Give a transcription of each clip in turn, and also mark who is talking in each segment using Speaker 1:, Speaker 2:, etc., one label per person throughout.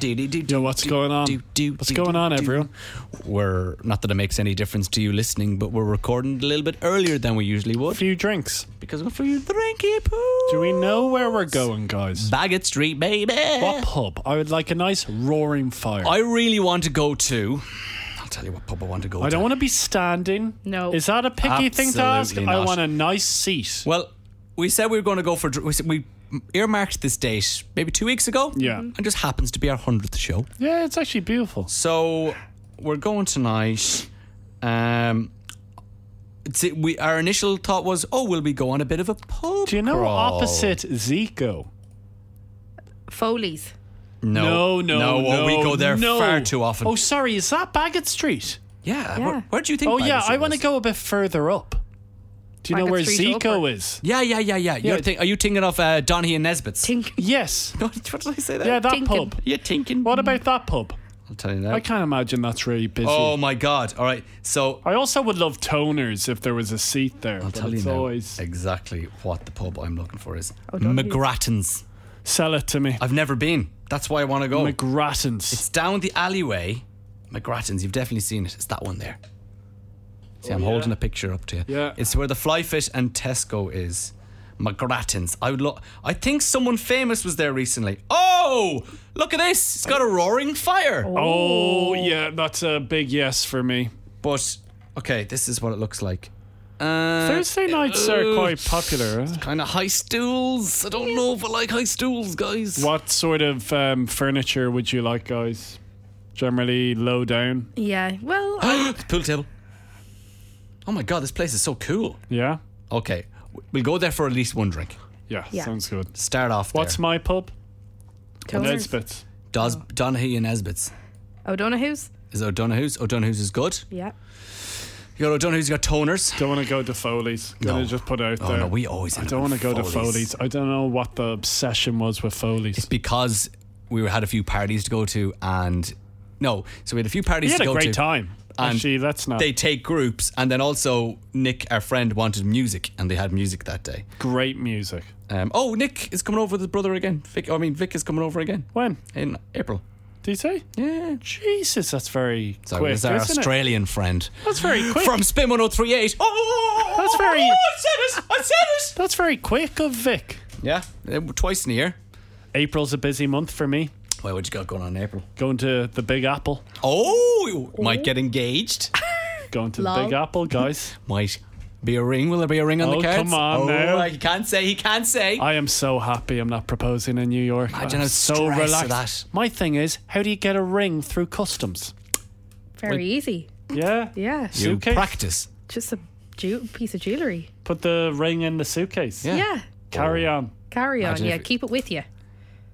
Speaker 1: Do, do, do,
Speaker 2: Yo, what's going on? What's going on, everyone?
Speaker 1: We're not that it makes any difference to you listening, but we're recording a little bit earlier than we usually
Speaker 2: A
Speaker 1: would
Speaker 2: few drinks.
Speaker 1: because we're for you drinky poo.
Speaker 2: Do we know where we're going, guys?
Speaker 1: Baggett Street, baby.
Speaker 2: What pub? I would like a nice roaring fire.
Speaker 1: I really want to go to. I'll tell you what pub I want to go.
Speaker 2: I
Speaker 1: to.
Speaker 2: don't want to be standing.
Speaker 3: No.
Speaker 2: Is that a picky thing to ask?
Speaker 1: Absolutely
Speaker 2: I
Speaker 1: not.
Speaker 2: want a nice seat.
Speaker 1: Well, we said we were going to go for. dr- We, said we earmarked this date maybe two weeks ago.
Speaker 2: Yeah.
Speaker 1: and just happens to be our hundredth show.
Speaker 2: yeah, it's actually beautiful.
Speaker 1: So we're going tonight. Um, it's, we our initial thought was, oh, will we go on a bit of a pub?
Speaker 2: Do you know
Speaker 1: crawl?
Speaker 2: opposite Zico?
Speaker 3: Foley's.
Speaker 1: No, no, oh, we go there
Speaker 2: no.
Speaker 1: far too often.
Speaker 2: Oh, sorry, is that Baggett Street?
Speaker 1: yeah.
Speaker 3: Yeah.
Speaker 1: Where, where do you think?
Speaker 2: Oh, yeah,
Speaker 1: Baggett
Speaker 2: I
Speaker 1: Street
Speaker 2: want to
Speaker 1: is?
Speaker 2: go a bit further up. Do you know
Speaker 3: Baggett
Speaker 2: where
Speaker 3: Street to
Speaker 2: Zico
Speaker 3: Upper.
Speaker 2: is?
Speaker 1: Yeah, yeah, yeah, yeah. You're
Speaker 2: Yeah.
Speaker 1: think- are you thinking of uh, Donny and Nesbitt's?
Speaker 3: Tink.
Speaker 2: Yes.
Speaker 1: what did I say there?
Speaker 2: Yeah, that
Speaker 3: Tinkin.
Speaker 2: pub.
Speaker 1: You're thinking.
Speaker 2: What about that pub?
Speaker 1: I'll tell you that.
Speaker 2: I can't imagine that's really busy.
Speaker 1: Oh my God! All right, so
Speaker 2: I also would love toners if there was a seat there.
Speaker 1: I'll
Speaker 2: Oh, but
Speaker 1: tell you
Speaker 2: it's
Speaker 1: now
Speaker 2: always Oh,
Speaker 1: exactly what the pub I'm looking for is.
Speaker 3: don't you-
Speaker 1: McGrattan's.
Speaker 2: sell it to me.
Speaker 1: I've never been. That's why I want to go.
Speaker 2: McGrattan's.
Speaker 1: It's down the alleyway. McGrattan's, you've definitely seen it. It's that one there. See, I'm holding a picture up to you.
Speaker 2: Oh, Yeah.
Speaker 1: It's where the Flyfish and Tesco is. McGrattan's. I would lo- I think someone famous was there recently. Oh, look at this. It's got a roaring fire.
Speaker 2: Oh yeah, that's a big yes for me.
Speaker 1: But okay, this is what it looks like. Uh,
Speaker 2: Thursday nights are quite popular. eh?
Speaker 1: Kind of high stools. I don't know if I like high stools, guys.
Speaker 2: What sort of um, furniture would you like, guys? Generally low down.
Speaker 3: Yeah. Well, I,
Speaker 1: Pool table. Oh my god, this place is so cool.
Speaker 2: Yeah.
Speaker 1: Okay, we'll go there for at least one drink.
Speaker 2: Yeah.
Speaker 3: Yeah.
Speaker 2: Sounds good.
Speaker 1: Start off.
Speaker 2: What's
Speaker 1: there.
Speaker 2: my pub?
Speaker 3: Toners.
Speaker 2: Nesbitt's.
Speaker 1: Does Donaghy and Esbitts?
Speaker 3: O'Donoghue's.
Speaker 1: Is O'Donohue's? O'Donohue's is good.
Speaker 3: Yeah.
Speaker 1: You got O'Donohue's, you got Toners.
Speaker 2: Don't want to go to Foley's. Gonna
Speaker 1: No.
Speaker 2: just put it out
Speaker 1: Oh
Speaker 2: there.
Speaker 1: no, we always.
Speaker 2: I don't want to go to Foley's. I don't know what the obsession was with Foley's.
Speaker 1: because we had a few parties to go to, and no, so we had a few parties
Speaker 2: We had
Speaker 1: to
Speaker 2: a
Speaker 1: go
Speaker 2: great
Speaker 1: to.
Speaker 2: time.
Speaker 1: And
Speaker 2: Actually, let's not.
Speaker 1: They take groups, and then also Nick, our friend, wanted music, and they had music that day.
Speaker 2: great music.
Speaker 1: Um, oh, Nick is coming over with his brother again. Vic, I mean, Vic is coming over again
Speaker 2: When?
Speaker 1: in April.
Speaker 2: Did you say?
Speaker 1: Yeah.
Speaker 2: Jesus, that's very
Speaker 1: So
Speaker 2: quick.
Speaker 1: it's our
Speaker 2: isn't it?
Speaker 1: Australian friend.
Speaker 2: That's very quick.
Speaker 1: from Spin 1038. Oh,
Speaker 2: That's very-
Speaker 1: Oh, I said it. I said
Speaker 2: that's very quick of Vic.
Speaker 1: it. Yeah, eh, twice in a year.
Speaker 2: April's a busy month for me.
Speaker 1: Well, what you got going on in April?
Speaker 2: Going to the Big Apple.
Speaker 1: Oh, you might get engaged.
Speaker 2: Going to the
Speaker 3: Lol.
Speaker 2: Big Apple, guys.
Speaker 1: might be a ring. Will there be a ring on
Speaker 2: Oh,
Speaker 1: the cards?
Speaker 2: come on
Speaker 1: oh,
Speaker 2: now.
Speaker 1: He can't say. He can't say.
Speaker 2: I am so happy I'm not proposing in New York.
Speaker 1: Imagine
Speaker 2: I'm
Speaker 1: how
Speaker 2: so
Speaker 1: stressed
Speaker 2: relaxed.
Speaker 1: that-
Speaker 2: My thing is, how do you get a ring through customs?
Speaker 3: Very easy.
Speaker 2: Yeah.
Speaker 3: Yeah.
Speaker 1: you
Speaker 2: suitcase.
Speaker 1: practice.
Speaker 3: Just a ju- piece of jewellery.
Speaker 2: Put the ring in the suitcase.
Speaker 1: Yeah.
Speaker 3: Yeah.
Speaker 2: Carry on.
Speaker 3: Carry on.
Speaker 1: Imagine
Speaker 3: yeah.
Speaker 1: if it-
Speaker 3: Keep it with you.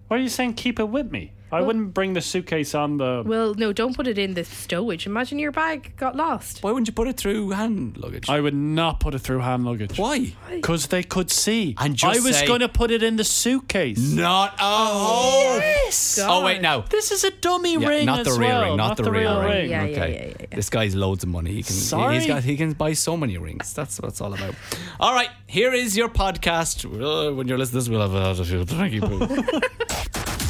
Speaker 2: Why are you saying keep it with me? I wouldn't bring the suitcase on the.
Speaker 3: Well, no, don't put it in the stowage. Imagine your bag got lost.
Speaker 1: Why wouldn't you put it through hand luggage?
Speaker 2: I would not put it through hand luggage.
Speaker 1: Why?
Speaker 2: Because they could see.
Speaker 1: And just
Speaker 2: I was
Speaker 1: say-
Speaker 2: going to put it in the suitcase.
Speaker 1: Not a hole. Oh wait,
Speaker 3: God.
Speaker 1: no.
Speaker 2: This is a dummy
Speaker 1: Yeah,
Speaker 2: ring.
Speaker 1: not the
Speaker 2: as
Speaker 1: real
Speaker 2: well,
Speaker 1: ring, not, the, real, ring.
Speaker 3: Yeah, yeah,
Speaker 1: okay.
Speaker 3: yeah, yeah,
Speaker 1: This guy's loads of money. He can
Speaker 2: Sorry.
Speaker 1: he's got he can buy so many rings. That's what it's all about. All right, here is your podcast. Uh, when you're listening to this, we'll have a Thank you. Pooh.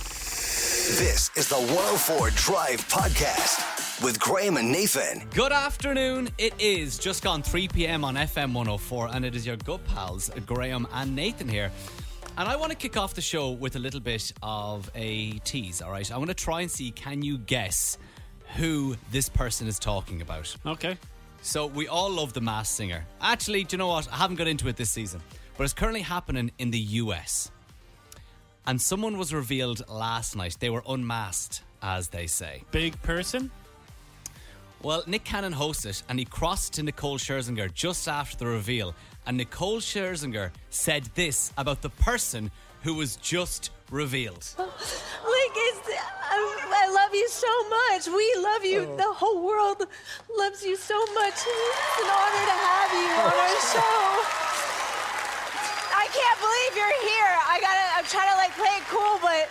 Speaker 4: This is the 104 Drive Podcast with Graham and Nathan.
Speaker 1: Good afternoon. It is just gone 3 p.m. on FM 104, and it is your good pals, Graham and Nathan here. And I want to kick off the show with a little bit of a tease, all right? I want to try and see can you guess who this person is talking about?
Speaker 2: Okay.
Speaker 1: So we all love The Masked Singer. Actually, do you know what? I haven't got into it this season, but it's currently happening in the US. And someone was revealed last night. They were unmasked, as they say.
Speaker 2: Big person.
Speaker 1: Well, Nick Cannon hosts it, and he crossed to Nicole Scherzinger just after the reveal. And Nicole Scherzinger said this about the person who was just revealed.
Speaker 5: Like it's, I,
Speaker 6: uh,
Speaker 5: I love you so much. We love you.
Speaker 1: Oh.
Speaker 5: The whole world loves you so much. It's an honor to have you on our
Speaker 1: Oh.
Speaker 5: show. I can't believe you're here. I gotta. I'm trying to like play it cool, but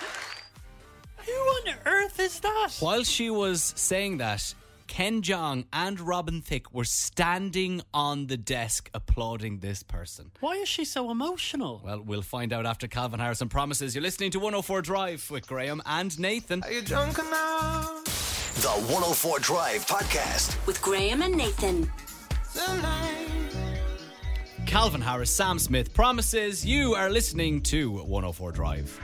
Speaker 2: Who on earth is that?
Speaker 1: While she was saying that, Ken Jong and Robin Thicke were standing on the desk applauding this person.
Speaker 2: Why is she so emotional?
Speaker 1: Well, we'll find out after Calvin Harrison promises. You're listening to 104 Drive with Graham and Nathan.
Speaker 4: The 104 Drive Podcast.
Speaker 7: With Graham and Nathan.
Speaker 1: Calvin Harris, Sam Smith promises you are listening to 104 Drive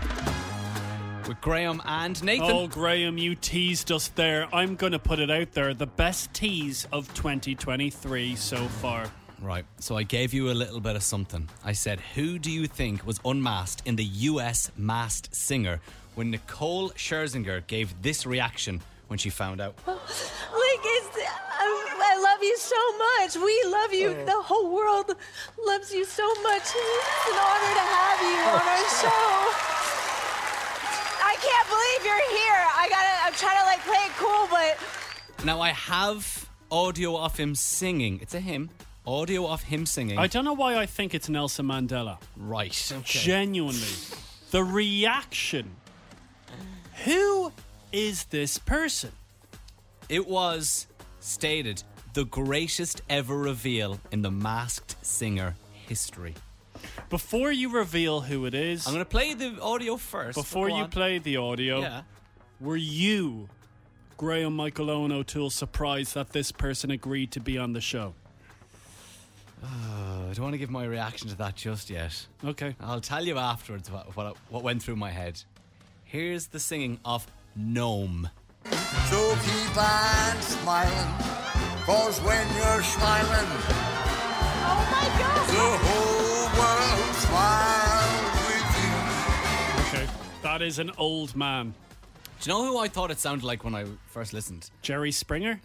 Speaker 1: with Graham and Nathan.
Speaker 2: Oh, Graham, you teased us there. I'm going to put it out there. The best tease of 2023 so far.
Speaker 1: Right, so I gave you a little bit of something. I said, Who do you think was unmasked in the US Masked Singer when Nicole Scherzinger gave this reaction when she found out?
Speaker 3: Like, it's, I, I love you so much. We love you.
Speaker 2: Oh.
Speaker 3: The whole world loves you so much. It's an honor to have you on our show. I can't believe you're here. I gotta, I'm trying to like play it cool, but
Speaker 1: Now, I have audio of him singing. It's a hymn. Audio of him singing.
Speaker 2: I don't know why I think it's Nelson Mandela.
Speaker 1: right.
Speaker 2: Genuinely. The reaction. Who is this person?
Speaker 1: It was stated the greatest ever reveal in the Masked Singer history.
Speaker 2: Before you reveal who it is,
Speaker 1: I'm going to play the audio first.
Speaker 2: before
Speaker 1: Go
Speaker 2: you
Speaker 1: on.
Speaker 2: play the audio,
Speaker 1: Yeah.
Speaker 2: were you, Graham Michael Owen O'Toole, surprised that this person agreed to be on the show?
Speaker 1: I don't want to give my reaction to that just yet.
Speaker 2: Okay.
Speaker 1: I'll tell you afterwards what, what, what went through my head. Here's the singing of Gnome.
Speaker 8: So keep on smiling, cause when you're smiling,
Speaker 3: oh my god.
Speaker 8: the whole world smiles with you.
Speaker 2: Okay. That is an old man.
Speaker 1: Do you know who I thought it sounded like when I first listened?
Speaker 2: Jerry Springer?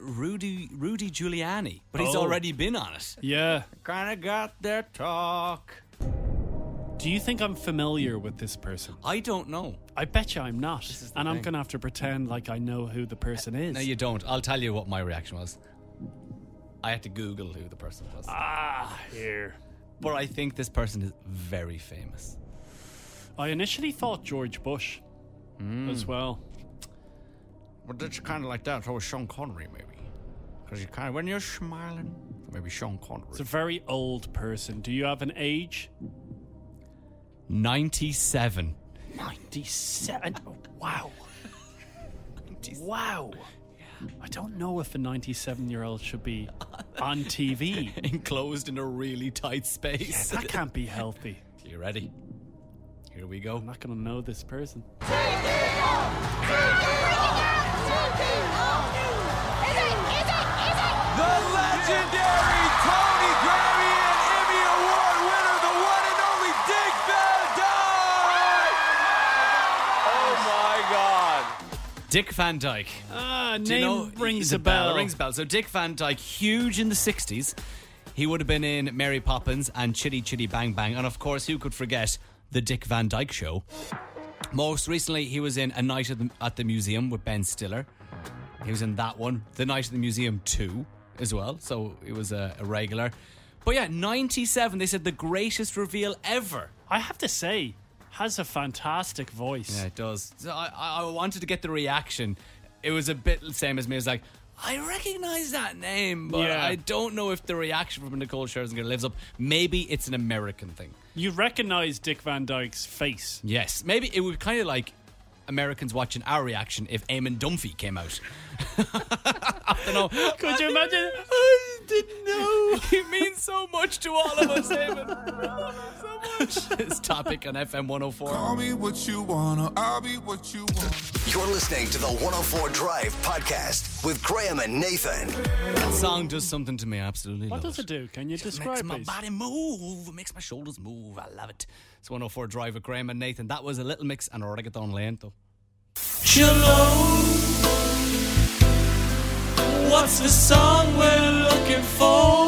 Speaker 1: Rudy Rudy Giuliani, but he's
Speaker 2: Oh.
Speaker 1: already been on it.
Speaker 2: Yeah.
Speaker 1: Kinda got their talk.
Speaker 2: Do you think I'm familiar with this person?
Speaker 1: I don't know.
Speaker 2: I bet you I'm not.
Speaker 1: the
Speaker 2: And I'm
Speaker 1: thing.
Speaker 2: going to have to pretend like I know who the person is.
Speaker 1: No, you don't. I'll tell you what my reaction was. I had to Google who the person was.
Speaker 2: ah, here.
Speaker 1: but I think this person is very famous.
Speaker 2: I initially thought George Bush
Speaker 1: Hmm.
Speaker 2: as well.
Speaker 1: Well, that's kind of like that. So was Sean Connery, maybe. Because you kind of, when you're smiling, maybe Sean Connery.
Speaker 2: It's a very old person. Do you have an age?
Speaker 1: 97.
Speaker 2: 97. Oh, wow. wow. I don't know if a 97 year old should be on TV.
Speaker 1: Enclosed in a really tight space.
Speaker 2: That can't be healthy.
Speaker 1: you ready? Here we go.
Speaker 2: I'm not going to know this person.
Speaker 9: The legendary Tony Grammy and Emmy Award winner, the one and only Dick Van Dyke! Oh my God.
Speaker 1: Dick Van Dyke.
Speaker 2: Ah,
Speaker 1: Do you
Speaker 2: name
Speaker 1: know-
Speaker 2: rings
Speaker 1: the
Speaker 2: a bell.
Speaker 1: Rings a bell. So Dick Van Dyke, huge in the 60s. He would have been in Mary Poppins and Chitty Chitty Bang Bang. And of course, who could forget the Dick Van Dyke show? Most recently, he was in A Night at the, at the Museum with Ben Stiller. He was in that one, The Night at the Museum 2 as well. So it was a, a regular. But yeah, 97, they said the greatest reveal ever.
Speaker 2: I have to say, has a fantastic voice.
Speaker 1: Yeah, it does. So I, I I wanted to get the reaction. It was a bit the same as me. It was like, I recognize that name, but
Speaker 2: Yeah.
Speaker 1: I don't know if the reaction from Nicole Scherzinger lives up. Maybe it's an American thing.
Speaker 2: You recognize Dick Van Dyke's face.
Speaker 1: Yes. Maybe it would kind of like Americans watching our reaction if Eamon Dunphy came out. I don't know.
Speaker 2: Could you imagine?
Speaker 1: I didn't know. He means so much to all of us, Eamon. so much. This topic on FM 104.
Speaker 9: Call me what you wanna, I'll be what you want.
Speaker 4: You're listening to the 104 Drive Podcast with Graham and Nathan.
Speaker 1: That song does something to me. I Absolutely.
Speaker 2: What
Speaker 1: love
Speaker 2: does it do? Can you
Speaker 1: makes
Speaker 2: describe
Speaker 1: my
Speaker 2: please?
Speaker 1: body move. It makes my shoulders move. I love it. It's 104 Drive with Graham and Nathan. That was a little mix and reggaeton lento.
Speaker 2: Shalom. What's the song we're looking for?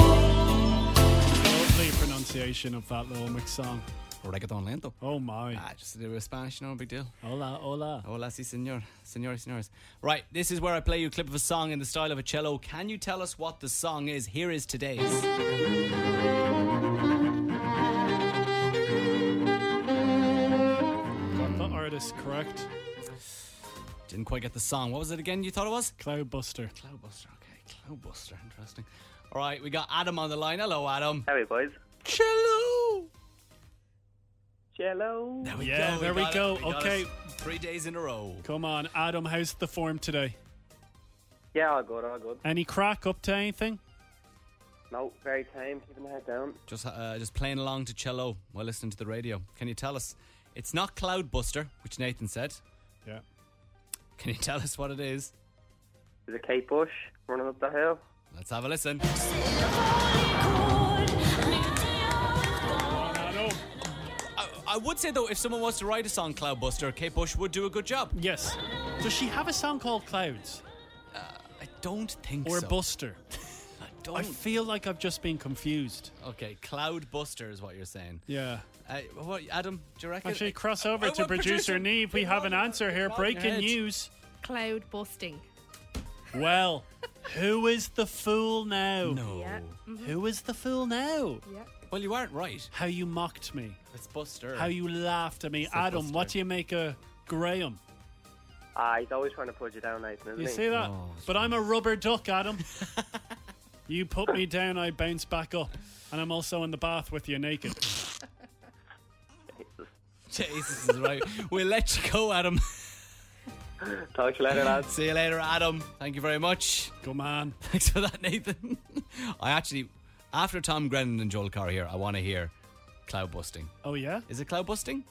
Speaker 2: Lovely pronunciation of that little mix song.
Speaker 1: Reggaeton lento.
Speaker 2: Oh my.
Speaker 1: Ah, just a little bit of Spanish, no big deal.
Speaker 2: Hola, hola.
Speaker 1: Hola, si, senor. Senores, senores. Right, this is where I play you a clip of a song in the style of a cello. Can you tell us what the song is? Here is today's.
Speaker 2: Got the artist correct.
Speaker 1: Didn't quite get the song. What was it again you thought it was?
Speaker 2: Cloudbuster.
Speaker 1: Cloudbuster, okay. Cloudbuster, interesting. All right, we got Adam on the line. Hello, Adam.
Speaker 7: Howdy, boys.
Speaker 1: Cello!
Speaker 7: Cello.
Speaker 1: There we
Speaker 2: Yeah,
Speaker 1: go.
Speaker 2: there we
Speaker 1: got it.
Speaker 2: go.
Speaker 1: got
Speaker 2: Okay.
Speaker 1: it. Three days in a row.
Speaker 2: Come on, Adam, how's the form today?
Speaker 7: Yeah, all good, all good.
Speaker 2: Any crack up to anything?
Speaker 7: No, very tame, keeping the head down.
Speaker 1: Just uh, just playing along to cello while listening to the radio. Can you tell us? It's not Cloudbuster, which Nathan said.
Speaker 2: Yeah.
Speaker 1: Can you tell us what it is?
Speaker 7: There's a Kate Bush running up the hill.
Speaker 1: Let's have a listen.
Speaker 2: Adam.
Speaker 1: I, I would say though, if someone was to write a song Cloudbuster, Kate Bush would do a good job.
Speaker 2: Yes. Does she have a song called Clouds
Speaker 1: I don't think
Speaker 2: or
Speaker 1: so.
Speaker 2: Buster?
Speaker 1: I don't.
Speaker 2: I feel like I've just been confused.
Speaker 1: okay, Cloudbuster is what you're saying.
Speaker 2: Yeah.
Speaker 1: Uh, what, Adam? Do you reckon?
Speaker 2: Actually, cross over
Speaker 1: Uh,
Speaker 2: to
Speaker 1: well,
Speaker 2: producer Neve. We
Speaker 1: you're
Speaker 2: have
Speaker 1: wrong,
Speaker 2: an answer
Speaker 1: you're
Speaker 2: here.
Speaker 1: wrong.
Speaker 2: Breaking
Speaker 1: Head.
Speaker 2: news.
Speaker 10: Cloud busting.
Speaker 2: Well, who is the fool now?
Speaker 1: No.
Speaker 10: Yeah.
Speaker 2: Who is the fool now?
Speaker 10: Yeah.
Speaker 1: Well, you aren't right.
Speaker 2: How you mocked me.
Speaker 1: It's Buster.
Speaker 2: How you laughed at me.
Speaker 1: like
Speaker 2: Adam,
Speaker 1: Buster.
Speaker 2: what do you make of Graham?
Speaker 7: Ah, he's always trying to put you down, Nathan, isn't
Speaker 2: You
Speaker 7: he?
Speaker 2: see that?
Speaker 1: Oh, it's
Speaker 2: but I'm a rubber duck, Adam. you put me down, I bounce back up. And I'm also in the bath with you naked.
Speaker 1: Jesus is right. We'll let you go, Adam.
Speaker 7: Talk to you later, lads.
Speaker 1: See you later, Adam. Thank you very much.
Speaker 2: Come on.
Speaker 1: Thanks for that, Nathan. I actually, after Tom Grennan and Joel Carr here, I want to hear cloud busting.
Speaker 2: Oh, yeah?
Speaker 1: Is it cloud busting?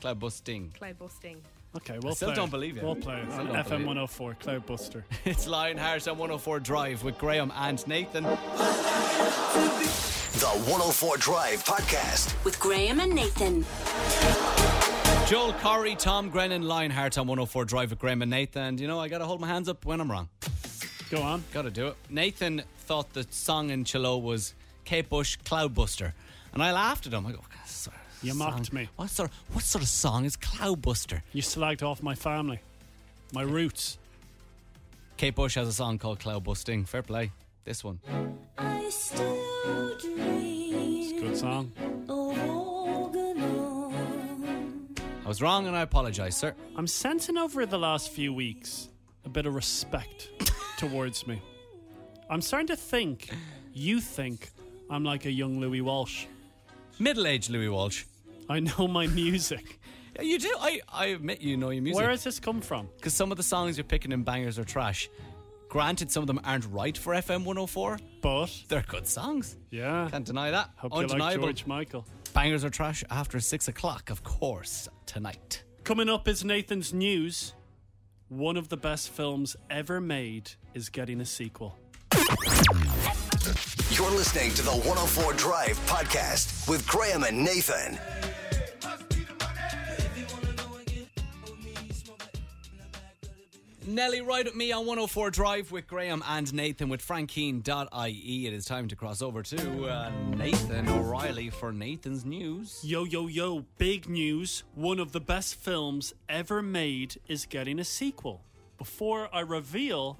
Speaker 1: Cloud busting.
Speaker 10: Cloud busting.
Speaker 2: Okay, we'll
Speaker 1: still
Speaker 2: play
Speaker 1: don't
Speaker 2: it.
Speaker 1: believe you.
Speaker 2: We'll play it
Speaker 1: Still
Speaker 2: on
Speaker 1: don't believe
Speaker 2: FM
Speaker 1: you.
Speaker 2: 104, Cloudbuster.
Speaker 1: It's Lionheart on 104 Drive with Graham and Nathan.
Speaker 4: The 104 Drive Podcast.
Speaker 6: With Graham and Nathan.
Speaker 1: Joel Corey, Tom Grennan, Lionheart on 104 Drive with Graham and Nathan. You know, I got to hold my hands up when I'm wrong.
Speaker 2: Go on.
Speaker 1: Got to do it. Nathan thought the song in Chilo was Kate Bush Cloudbuster. And I laughed at him. I go, "What sort of
Speaker 2: You mocked
Speaker 1: song-
Speaker 2: me.
Speaker 1: What sort, what sort of song is Cloudbuster?
Speaker 2: You slagged off my family, my roots.
Speaker 1: Kate Bush has a song called Cloudbusting. Fair play. This one.
Speaker 6: I still dream
Speaker 2: Good song.
Speaker 6: of
Speaker 1: I was wrong and I apologise, sir.
Speaker 2: I'm sensing over the last few weeks a bit of respect towards me. I'm starting to think you think I'm like a young Louis Walsh.
Speaker 1: Middle aged Louis Walsh.
Speaker 2: I know my music.
Speaker 1: Yeah, You do. I, I admit you know your music.
Speaker 2: Where has this come from?
Speaker 1: because some of the songs you're picking in bangers are trash. Granted, some of them aren't right for FM 104.
Speaker 2: But
Speaker 1: They're good songs.
Speaker 2: yeah,
Speaker 1: Can't deny that.
Speaker 2: hope you like
Speaker 1: Undeniable.
Speaker 2: George Michael.
Speaker 1: bangers are trash after six o'clock, of course, tonight.
Speaker 2: Coming up is Nathan's news. One of the best films ever made is getting a sequel.
Speaker 4: You're listening to the 104 Drive Podcast with Graham and Nathan.
Speaker 1: Nelly, right at me on 104 Drive with Graham and Nathan with frankeen.ie. E. It is time to cross over to uh, Nathan O'Reilly for Nathan's news.
Speaker 2: Yo, yo, yo, big news. One of the best films ever made is getting a sequel. Before I reveal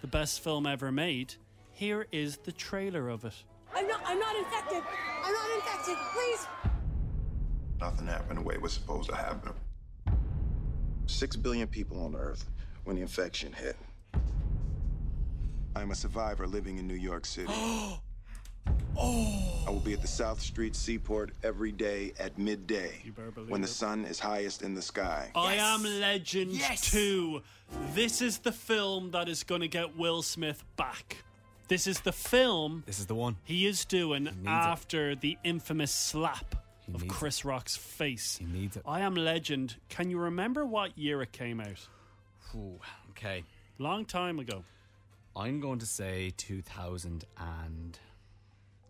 Speaker 2: the best film ever made, here is the trailer of it.
Speaker 3: I'm not. I'm not infected. I'm not infected. Please.
Speaker 11: Nothing happened the way it was supposed to happen. Six billion people on Earth when the infection hit. I'm a survivor living in New York City. oh. I will be at the South Street Seaport every day at midday when the sun is highest in the sky.
Speaker 2: I Am Legend 2. This is the film that is going to get Will Smith back. This is the film
Speaker 1: This is the one.
Speaker 2: he is doing
Speaker 1: needs it.
Speaker 2: after the infamous slap of
Speaker 1: needs it.
Speaker 2: Chris Rock's face.
Speaker 1: He needs it.
Speaker 2: I Am Legend. Can you remember what year it came out?
Speaker 1: Ooh, okay.
Speaker 2: Long time ago.
Speaker 1: I'm going to say 2000 and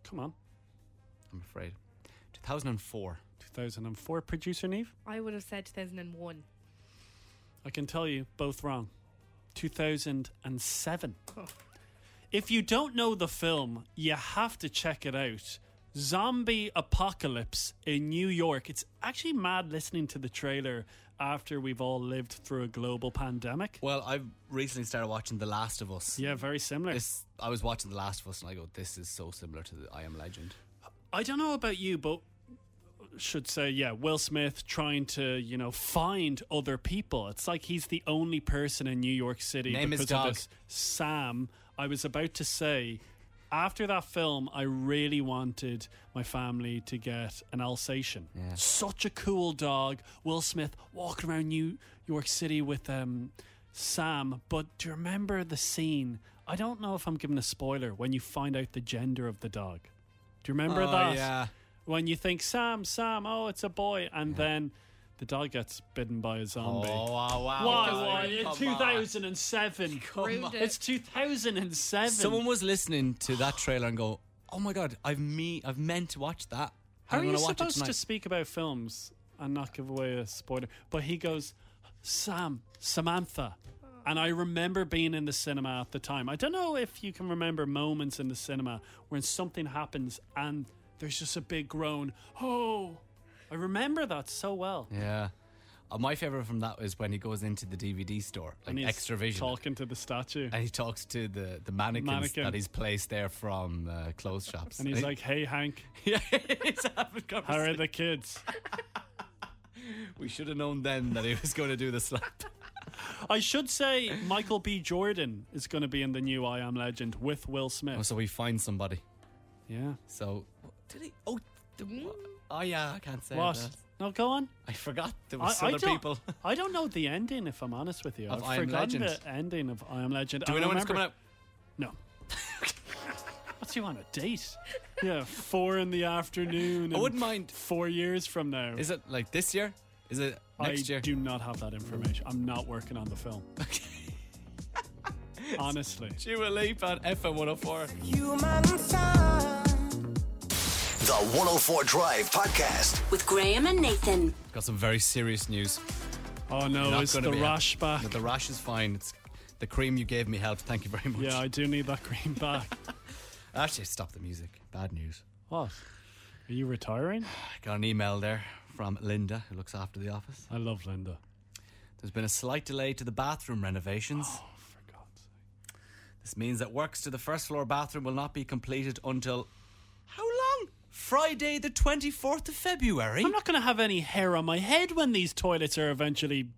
Speaker 2: Come on.
Speaker 1: I'm afraid 2004.
Speaker 2: 2004 producer Neve?
Speaker 10: I would have said 2001.
Speaker 2: I can tell you both wrong. 2007. If you don't know the film, you have to check it out. Zombie Apocalypse in New York. It's actually mad listening to the trailer after we've all lived through a global pandemic.
Speaker 1: Well, I've recently started watching The Last of Us.
Speaker 2: Yeah, very similar.
Speaker 1: This, I was watching The Last of Us and I go, this is so similar to the I Am Legend.
Speaker 2: I don't know about you, but should say, yeah, Will Smith trying to, you know, find other people. It's like he's the only person in New York City.
Speaker 1: Name his
Speaker 2: because of
Speaker 1: dog.
Speaker 2: this. Sam. I was about to say, after that film, I really wanted my family to get an Alsatian. Such a cool dog. Will Smith walking around New York City with um, Sam. But do you remember the scene? I don't know if I'm giving a spoiler when you find out the gender of the dog. Do you remember
Speaker 1: Oh,
Speaker 2: that?
Speaker 1: yeah.
Speaker 2: When you think Sam, Sam, oh, it's a boy, and then the dog gets bitten by a zombie.
Speaker 1: Oh, wow, wow,
Speaker 2: Why,
Speaker 1: guys,
Speaker 2: why?
Speaker 1: come
Speaker 2: In
Speaker 1: on.
Speaker 2: 2007. It's 2007.
Speaker 1: Someone was listening to that trailer and go, "Oh my god, I've me, I've meant to watch that.
Speaker 2: How
Speaker 1: I'm
Speaker 2: are you
Speaker 1: gonna watch it
Speaker 2: supposed
Speaker 1: tonight."
Speaker 2: to speak about films and not give away a spoiler? But he goes, Sam, Samantha. And I remember being in the cinema at the time. I don't know if you can remember moments in the cinema when something happens and there's just a big groan. Oh, I remember that so well.
Speaker 1: yeah. Uh, my favorite from that was when he goes into the DVD store, like
Speaker 2: And he's
Speaker 1: extra vision,
Speaker 2: talking to the statue,
Speaker 1: and he talks to the the mannequins
Speaker 2: Mannequin.
Speaker 1: that he's placed there from uh, clothes shops,
Speaker 2: And he's like, hey, Hank.
Speaker 1: Yeah, he's having
Speaker 2: How are the kids?
Speaker 1: "We should have known then that he was going to do the slap."
Speaker 2: I should say Michael B. Jordan is going to be in the new I Am Legend with Will Smith.
Speaker 1: Oh, so we find somebody.
Speaker 2: Yeah.
Speaker 1: So did he? Oh, the, oh yeah, I can't say
Speaker 2: What?
Speaker 1: that.
Speaker 2: No, go on.
Speaker 1: I forgot there was
Speaker 2: I
Speaker 1: other
Speaker 2: don't-
Speaker 1: people.
Speaker 2: I don't know the ending, if I'm honest with you.
Speaker 1: Of
Speaker 2: I've
Speaker 1: I Am
Speaker 2: forgotten
Speaker 1: Legend.
Speaker 2: the ending of I Am Legend.
Speaker 1: Do we
Speaker 2: I
Speaker 1: know when it's coming
Speaker 2: remember-
Speaker 1: out?
Speaker 2: What's you on a date? yeah, four in the afternoon.
Speaker 1: I
Speaker 2: in
Speaker 1: wouldn't mind.
Speaker 2: Four years from now.
Speaker 1: Is it like this year? Is it next
Speaker 2: I
Speaker 1: year?
Speaker 2: do not have that information. I'm not working on the film. Honestly.
Speaker 1: Dua Lipa on FM 104.
Speaker 6: Human time.
Speaker 4: The 104 Drive Podcast.
Speaker 6: With Graham and Nathan.
Speaker 1: Got some very serious news.
Speaker 2: Oh no,
Speaker 1: Not
Speaker 2: is
Speaker 1: gonna
Speaker 2: the
Speaker 1: be
Speaker 2: rash
Speaker 1: happy.
Speaker 2: back?
Speaker 1: No, the rash is fine. It's the cream you gave me helped. Thank you very much.
Speaker 2: Yeah, I do need that green back.
Speaker 1: Actually, stop the music. Bad news.
Speaker 2: what? Are you retiring?
Speaker 1: I got an email there from Linda, who looks after the office.
Speaker 2: I love Linda.
Speaker 1: There's been a slight delay to the bathroom renovations. Oh, for God's sake. This means that works to the first floor bathroom will not be completed until how long? Friday, the 24th of February.
Speaker 2: I'm not going to have any hair on my head when these toilets are eventually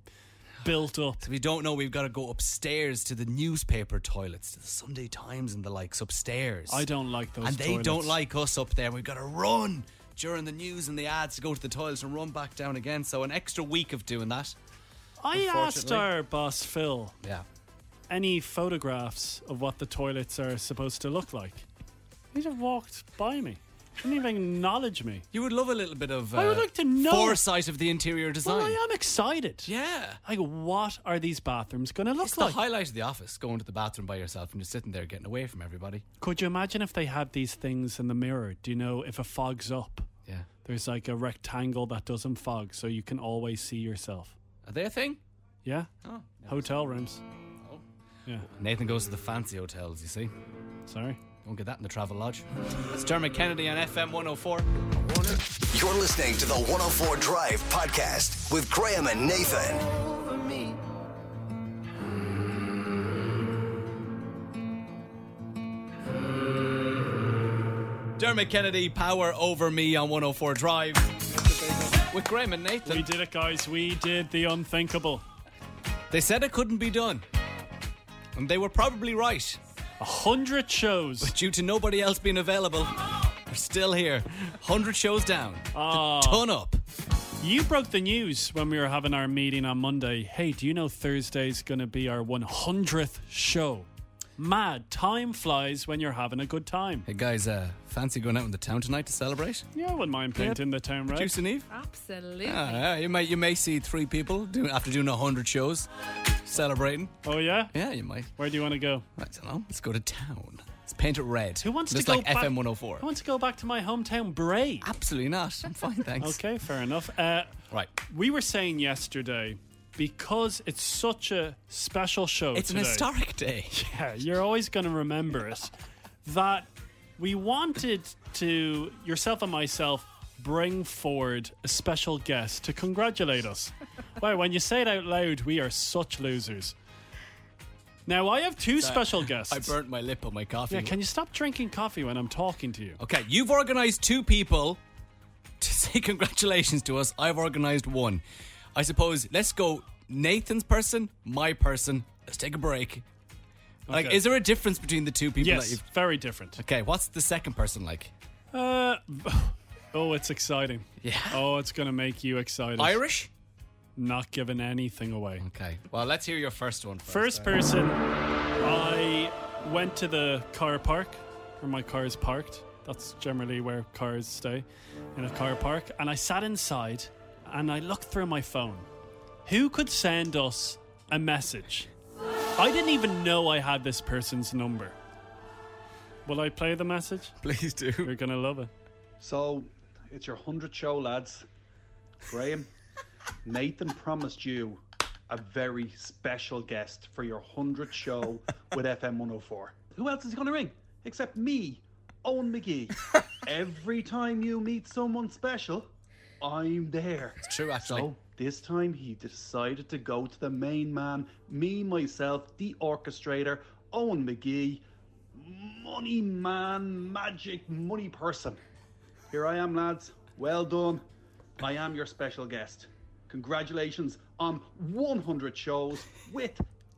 Speaker 2: built up.
Speaker 1: So if you don't know, we've got to go upstairs to the newspaper toilets, to the Sunday Times and the likes upstairs.
Speaker 2: I don't like those.
Speaker 1: and they
Speaker 2: toilets.
Speaker 1: don't like us up there. We've got to run during the news and the ads to go to the toilets and run back down again. So an extra week of doing that.
Speaker 2: I asked
Speaker 1: unfortunately.
Speaker 2: our boss Phil
Speaker 1: Yeah.
Speaker 2: any photographs of what the toilets are supposed to look like. He just walked by me. Didn't even acknowledge me.
Speaker 1: You would love a little bit of uh,
Speaker 2: I would like to know-
Speaker 1: foresight of the interior design.
Speaker 2: Well, I am excited.
Speaker 1: yeah.
Speaker 2: Like, what are these bathrooms going to look
Speaker 1: It's
Speaker 2: like?
Speaker 1: the highlight of the office, going to the bathroom by yourself and just sitting there getting away from everybody.
Speaker 2: Could you imagine if they had these things in the mirror? Do you know if it fogs up?
Speaker 1: Yeah.
Speaker 2: There's like a rectangle that doesn't fog, so you can always see yourself.
Speaker 1: Are they a thing?
Speaker 2: Yeah.
Speaker 1: Oh.
Speaker 2: Hotel rooms.
Speaker 1: Oh.
Speaker 2: Yeah.
Speaker 1: Nathan goes to the fancy hotels, you see.
Speaker 2: Sorry.
Speaker 1: Won't get that in the travel lodge. It's Dermot Kennedy on FM 104.
Speaker 4: You're listening to the 104 Drive Podcast with Graham and Nathan.
Speaker 1: Dermot Kennedy, power over me on 104 Drive. With Graham and Nathan.
Speaker 2: We did it, guys. We did the unthinkable.
Speaker 1: They said it couldn't be done. And they were probably right.
Speaker 2: A hundred shows.
Speaker 1: Due to nobody else being available, we're still here. 100 shows down.
Speaker 2: Ah.
Speaker 1: Ton up.
Speaker 2: You broke the news when we were having our meeting on Monday. Hey, do you know Thursday's going to be our 100th show? Mad. Time flies when you're having a good time.
Speaker 1: Hey guys, uh, fancy going out in the town tonight to celebrate?
Speaker 2: Yeah, I wouldn't mind painting the town red.
Speaker 1: Juice and Eve? Ah,
Speaker 10: Absolutely.
Speaker 2: Ah.
Speaker 1: Yeah, you may you may see three people do, after doing hundred shows, celebrating.
Speaker 2: Oh, yeah?
Speaker 1: Yeah, you might.
Speaker 2: Where do you want to go?
Speaker 1: I don't know. Let's go to town. Let's paint it red.
Speaker 2: Who wants
Speaker 1: Just
Speaker 2: to go
Speaker 1: like
Speaker 2: back?
Speaker 1: FM 104?
Speaker 2: Who wants to go back to my hometown, Bray?
Speaker 1: Absolutely not. I'm fine, thanks.
Speaker 2: Okay, fair enough. Uh,
Speaker 1: Right.
Speaker 2: we were saying yesterday, because it's such a special show
Speaker 1: It's an
Speaker 2: today-
Speaker 1: historic day.
Speaker 2: Yeah, you're always going to remember it. That we wanted to, yourself and myself, bring forward a special guest to congratulate us. wow, when you say it out loud, we are such losers. Now, I have two special guests.
Speaker 1: I burnt my lip on my coffee.
Speaker 2: yeah, can you stop drinking coffee when I'm talking to you?
Speaker 1: Okay, you've organised two people to say congratulations to us. I've organized one. I suppose let's go Nathan's person, my person. Let's take a break. Like,
Speaker 2: Okay.
Speaker 1: is there a difference between the two people?
Speaker 2: Yes,
Speaker 1: that you've...
Speaker 2: very different.
Speaker 1: Okay, what's the second person like?
Speaker 2: Uh, oh, it's exciting.
Speaker 1: Yeah.
Speaker 2: Oh, it's going to make you excited.
Speaker 1: Irish?
Speaker 2: Not giving anything away.
Speaker 1: Okay. Well, let's hear your first one.
Speaker 2: First person, I went to the car park where my car is parked. That's generally where cars stay in a car park. And I sat inside and I looked through my phone. Who could send us a message? I didn't even know I had this person's number. Will I play the message?
Speaker 1: Please do.
Speaker 2: You're going to love it.
Speaker 12: So, it's your 100th show, lads. Graham, Nathan promised you a very special guest for your 100th show with FM 104. Who else is going to ring except me, Owen McGee? Every time you meet someone special, I'm there. It's
Speaker 1: true, actually.
Speaker 12: So, this time he decided to go to the main man, me, myself, the orchestrator, Owen McGee, money man, magic money person. Here I am, lads. Well done. I am your special guest. Congratulations on 100 shows with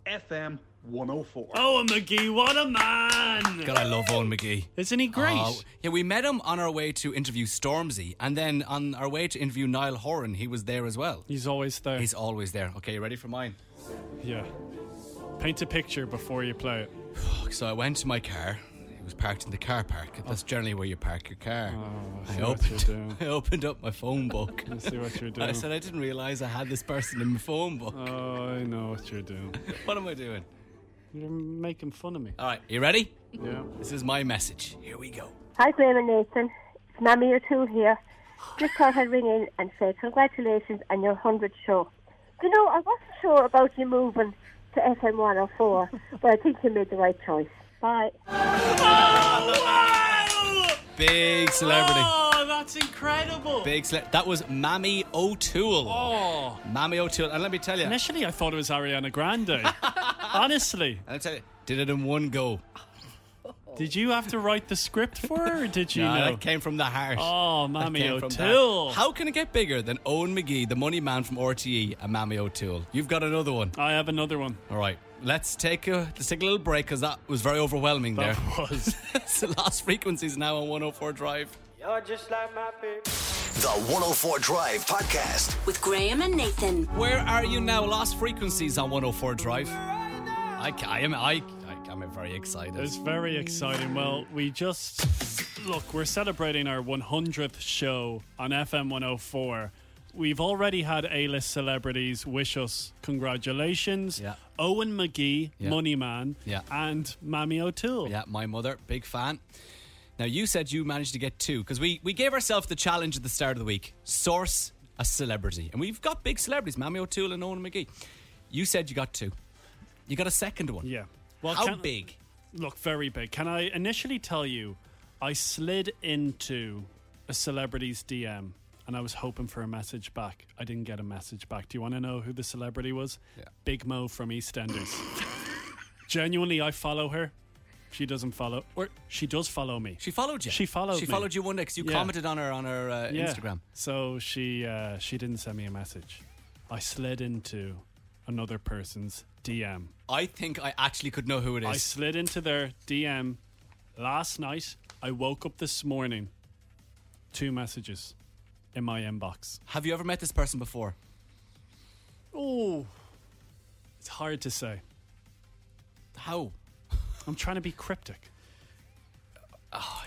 Speaker 12: FM 104.
Speaker 2: Oh, McGee, what a man!
Speaker 1: God, I love Owen McGee.
Speaker 2: Isn't he great?
Speaker 1: Oh, yeah, we met him on our way to interview Stormzy, and then on our way to interview Niall Horan, he was there as well.
Speaker 2: He's always there.
Speaker 1: He's always there. Okay, you ready for mine?
Speaker 2: Yeah. Paint a picture before you play it.
Speaker 1: So I went to my car. It was parked in the car park.
Speaker 2: Oh.
Speaker 1: That's generally where you park your car.
Speaker 2: I see
Speaker 1: I
Speaker 2: what you're
Speaker 1: opened. I opened up my phone book. I
Speaker 2: see what you're
Speaker 1: I
Speaker 2: doing.
Speaker 1: said I didn't realize I had this person in my phone book.
Speaker 2: Oh, I know what you're doing.
Speaker 1: what am I doing?
Speaker 2: You're making fun of me.
Speaker 1: All right, you ready?
Speaker 2: Yeah.
Speaker 1: This is my message. Here we go.
Speaker 13: Hi, Graham and Nathan. It's Mammy O'Toole here. Just thought I'd ring in and say congratulations on your 100th show. You know, I wasn't sure about you moving to FM 104, but I think you made the right choice. Bye.
Speaker 1: Big celebrity.
Speaker 2: Oh, that's incredible.
Speaker 1: Big cele- That was Mammy O'Toole.
Speaker 2: Oh.
Speaker 1: Mammy O'Toole. And let me tell you.
Speaker 2: Initially, I thought it was Ariana Grande. Honestly.
Speaker 1: I'll tell you. Did it in one go.
Speaker 2: Did you have to write the script for her, or did you
Speaker 1: No,
Speaker 2: know?
Speaker 1: that came from the heart.
Speaker 2: Oh,
Speaker 1: That
Speaker 2: Mammy
Speaker 1: came from the heart.
Speaker 2: O'Toole.
Speaker 1: How can it get bigger than Owen McGee, the money man from RTE, and Mammy O'Toole? You've got another one.
Speaker 2: I have another one.
Speaker 1: All right, let's take a let's take a little break because that was very overwhelming.
Speaker 2: That
Speaker 1: there
Speaker 2: was.
Speaker 1: it's the last frequencies now on 104 Drive.
Speaker 9: You're just like my people.
Speaker 4: The 104 Drive Podcast.
Speaker 6: With Graham and Nathan.
Speaker 1: Where are you now? Lost frequencies on 104 Drive. I, ca- I am I, I am very excited.
Speaker 2: It's very exciting. Well, we just look, we're celebrating our 100th show on FM 104. We've already had A-list celebrities wish us congratulations.
Speaker 1: Yeah.
Speaker 2: Owen McGee,
Speaker 1: Yeah.
Speaker 2: Money Man,
Speaker 1: Yeah.
Speaker 2: and Mammy O'Toole.
Speaker 1: Yeah, my mother, big fan. Now you said you managed to get two because we we gave ourselves the challenge at the start of the week: source a celebrity, and we've got big celebrities, Mammy O'Toole and Owen McGee. You said you got two. You got a second one.
Speaker 2: Yeah.
Speaker 1: How
Speaker 2: can-
Speaker 1: big?
Speaker 2: Look, very big. Can I initially tell you, I slid into a celebrity's DM and I was hoping for a message back. I didn't get a message back. Do you want to know who the celebrity was? Yeah. Big Mo from EastEnders. Genuinely, I follow her. She doesn't follow, or she does follow me.
Speaker 1: She followed you.
Speaker 2: She followed.
Speaker 1: She
Speaker 2: me.
Speaker 1: followed you one day 'cause you
Speaker 2: Yeah.
Speaker 1: commented on her on her uh,
Speaker 2: Yeah.
Speaker 1: Instagram.
Speaker 2: So she uh, she didn't send me a message. I slid into another person's DM.
Speaker 1: I think I actually could know who it is.
Speaker 2: I slid into their DM last night. I woke up this morning, two messages in my inbox.
Speaker 1: Have you ever met this person before?
Speaker 2: Oh, it's hard to say.
Speaker 1: How?
Speaker 2: I'm trying to be cryptic.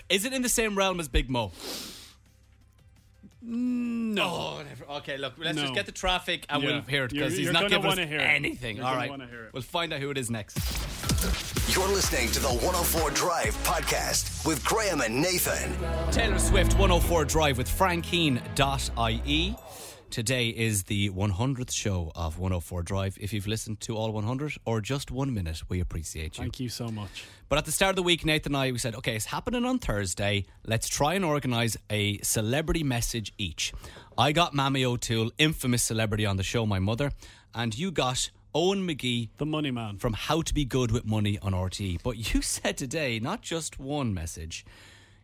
Speaker 1: Is it in the same realm as Big Mo?
Speaker 2: No.
Speaker 1: Oh, never- okay. Look, let's
Speaker 2: No.
Speaker 1: just get the traffic and
Speaker 2: Yeah.
Speaker 1: we'll hear it
Speaker 2: You're-
Speaker 1: because he's
Speaker 2: you're
Speaker 1: not
Speaker 2: gonna
Speaker 1: giving us
Speaker 2: wanna hear it.
Speaker 1: anything.
Speaker 2: You're
Speaker 1: All
Speaker 2: gonna
Speaker 1: right,
Speaker 2: wanna hear it.
Speaker 1: we'll find out who it is next.
Speaker 4: You're listening to the 104 Drive Podcast with Graham and Nathan.
Speaker 1: Taylor Swift 104 Drive with frankeen.ie. E. Today is the 100th show of 104 Drive. If you've listened to all 100 or just one minute, we appreciate you.
Speaker 2: Thank you so much.
Speaker 1: But at the start of the week, Nathan and I we said, okay, it's happening on Thursday. Let's try and organise a celebrity message each. I got Mammy O'Toole, infamous celebrity on the show, my mother, and you got Owen McGee
Speaker 2: The money man.
Speaker 1: from How to Be Good with E. Money on RTE. But you said today, not just one message,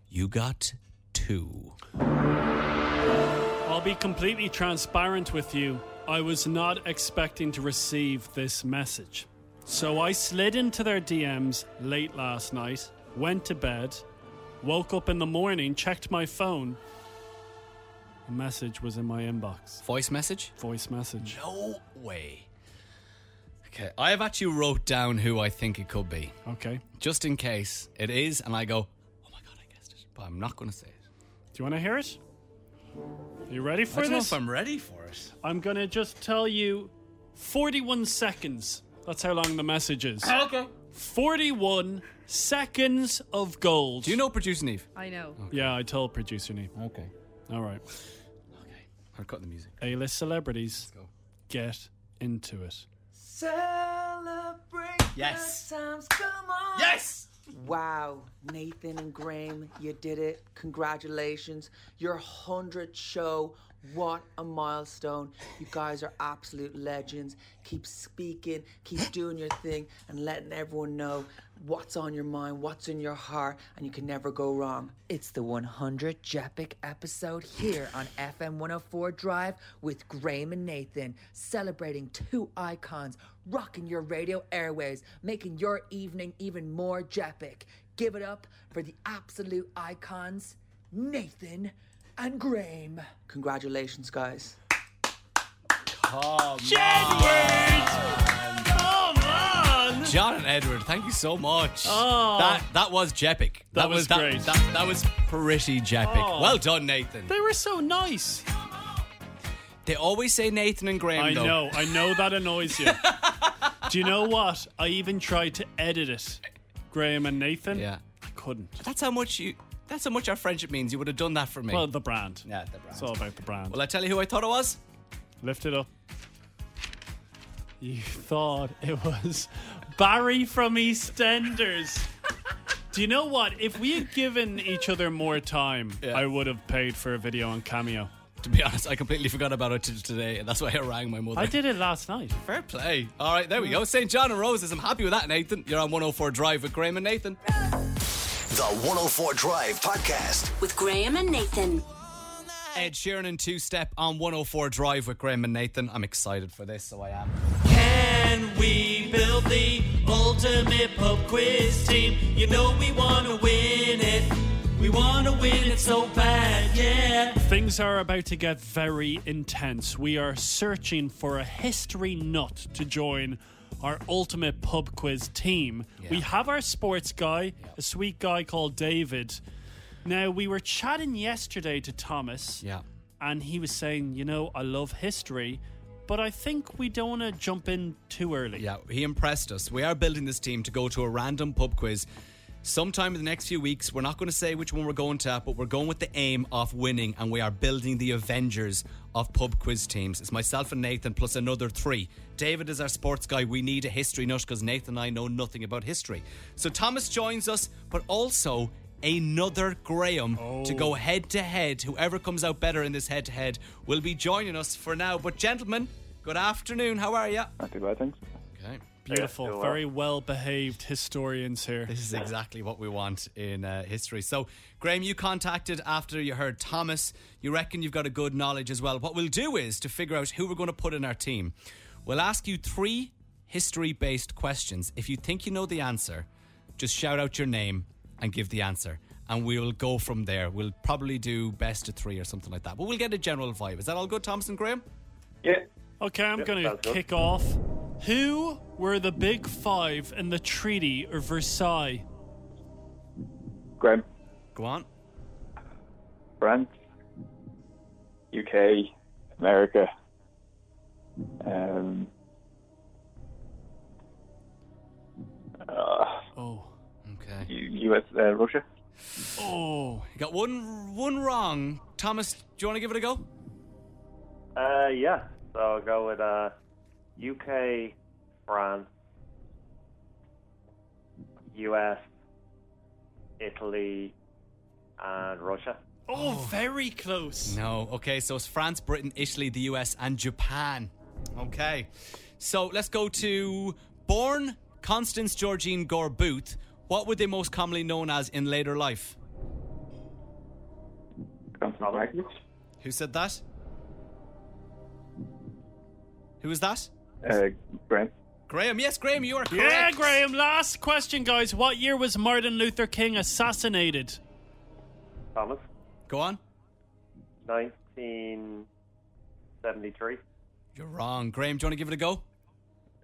Speaker 1: you got two.
Speaker 2: I'll be completely transparent with you. I was not expecting to receive this message. So I slid into their DMs late last night, went to bed, woke up in the morning, checked my phone. A message was in my inbox.
Speaker 1: Voice message?
Speaker 2: Voice message.
Speaker 1: No way. Okay, I have actually wrote down who I think it could be.
Speaker 2: Okay.
Speaker 1: Just in case it is, and I go, oh my God, I guessed it, but I'm not going to say it.
Speaker 2: Do you want to hear it? Are you ready for
Speaker 1: I don't know if
Speaker 2: this?
Speaker 1: I'm ready for it.
Speaker 2: I'm going to just tell you 41 seconds. That's how long the message is.
Speaker 1: Okay.
Speaker 2: 41 seconds of gold. Do
Speaker 1: you know Producer Neve?
Speaker 10: I know.
Speaker 2: Yeah, I told Producer Neve.
Speaker 1: Okay.
Speaker 2: All right.
Speaker 1: I'm cutting the music.
Speaker 2: A list celebrities. Get into it.
Speaker 14: Celebrate
Speaker 1: yes.
Speaker 14: the times, come on.
Speaker 1: Yes.
Speaker 14: Wow, Nathan and Graham, you did it. Congratulations. Your 100th show. What a milestone. You guys are absolute legends. Keep speaking, keep doing your thing, and letting everyone know what's on your mind, what's in your heart, and you can never go wrong. It's the 100 Jepic episode here on FM 104 Drive with Graham and Nathan, celebrating two icons, rocking your radio airways, making your evening even more Jepic. Give it up for the absolute icons, Nathan and Graham. Congratulations, guys.
Speaker 1: Come John and Edward, thank you so much.
Speaker 2: Oh.
Speaker 1: That that was Jepic. That, was, that, great. That, that was pretty Jepic.
Speaker 2: Oh.
Speaker 1: Well done, Nathan.
Speaker 2: They were so nice.
Speaker 1: They always say Nathan and Graham.
Speaker 2: I
Speaker 1: though.
Speaker 2: know, I know that annoys you. Do you know what? I even tried to edit it. Graham and Nathan?
Speaker 1: Yeah.
Speaker 2: I couldn't.
Speaker 1: That's how much you. That's how much our friendship means. You would have done that for me.
Speaker 2: Well, the brand.
Speaker 1: Yeah, the brand.
Speaker 2: It's all about the brand.
Speaker 1: Will I tell you who I thought it was?
Speaker 2: Lift it up. You thought it was Barry from EastEnders. Do you know what? If we had given each other more time, I would have paid for a video on Cameo.
Speaker 1: To be honest, I completely forgot about it till today, and that's why I rang my mother.
Speaker 2: I did it last night.
Speaker 1: Fair play. All right, there we go. St. John and Roses. I'm happy with that, Nathan. You're on 104 Drive with Graham and Nathan.
Speaker 4: The 104 Drive Podcast.
Speaker 6: With Graham and Nathan.
Speaker 1: Ed Sheeran and Two Step on 104 Drive with Graham and Nathan. I'm excited for this, so I am.
Speaker 15: Can we build the ultimate pub quiz team? You know we want to win it. We want to win it so bad, yeah.
Speaker 2: Things are about to get very intense. We are searching for a history nut to join our ultimate pub quiz team. We have our sports guy, a sweet guy called David. Now, we were chatting yesterday to Thomas.
Speaker 1: Yeah.
Speaker 2: And he was saying, you know, I love history, but I think we don't want to jump in too early.
Speaker 1: Yeah, he impressed us. We are building this team to go to a random pub quiz sometime in the next few weeks. We're not going to say which one we're going to, but we're going with the aim of winning, and we are building the Avengers of pub quiz teams. It's myself and Nathan plus another three. David is our sports guy. We need a history nut because Nathan and I know nothing about history. So Thomas joins us, but also another Graham to go head to head. Whoever comes out better in this head to head will be joining us for now. But gentlemen, good afternoon. How are you?
Speaker 16: Not too bad, thanks.
Speaker 1: Okay.
Speaker 2: Beautiful,
Speaker 1: Yeah, well.
Speaker 2: very well behaved historians here.
Speaker 1: This is exactly what we want in uh, history. So, Graham, you contacted after you heard Thomas. You reckon you've got a good knowledge as well. What we'll do is to figure out who we're going to put in our team. We'll ask you three history based questions. If you think you know the answer, just shout out your name and give the answer. And we'll go from there. We'll probably do best of three or something like that. But we'll get a general vibe. Is that all good, Thomas and Graham?
Speaker 2: Yeah. Okay, I'm
Speaker 1: Yeah,
Speaker 2: going to
Speaker 1: sounds good.
Speaker 2: kick off. Who were the big five in the Treaty of Versailles?
Speaker 16: Graham,
Speaker 1: Go on.
Speaker 16: France, UK, America. Um, uh,
Speaker 2: oh.
Speaker 1: Okay.
Speaker 16: U- US, uh, Russia.
Speaker 2: Oh,
Speaker 1: you got one one wrong. Thomas, do you want to give it a go?
Speaker 7: Uh, yeah. So I'll go with uh, UK, France, US, Italy, and Russia.
Speaker 2: Oh, very close.
Speaker 1: No. Okay, so it's France, Britain, Italy, the US, and Japan. Okay. So let's go to born Constance Georgine Gore Booth. What were they most commonly known as in later life?
Speaker 16: Constantinople.
Speaker 1: Who said that? Who was that?
Speaker 16: Uh, Graham.
Speaker 1: Graham, yes, Graham, you are correct.
Speaker 2: Yeah, Graham. Last question, guys. What year was Martin Luther King assassinated?
Speaker 7: Thomas.
Speaker 1: Go on.
Speaker 7: 1973.
Speaker 1: You're wrong. Graham, do you want to give it a go?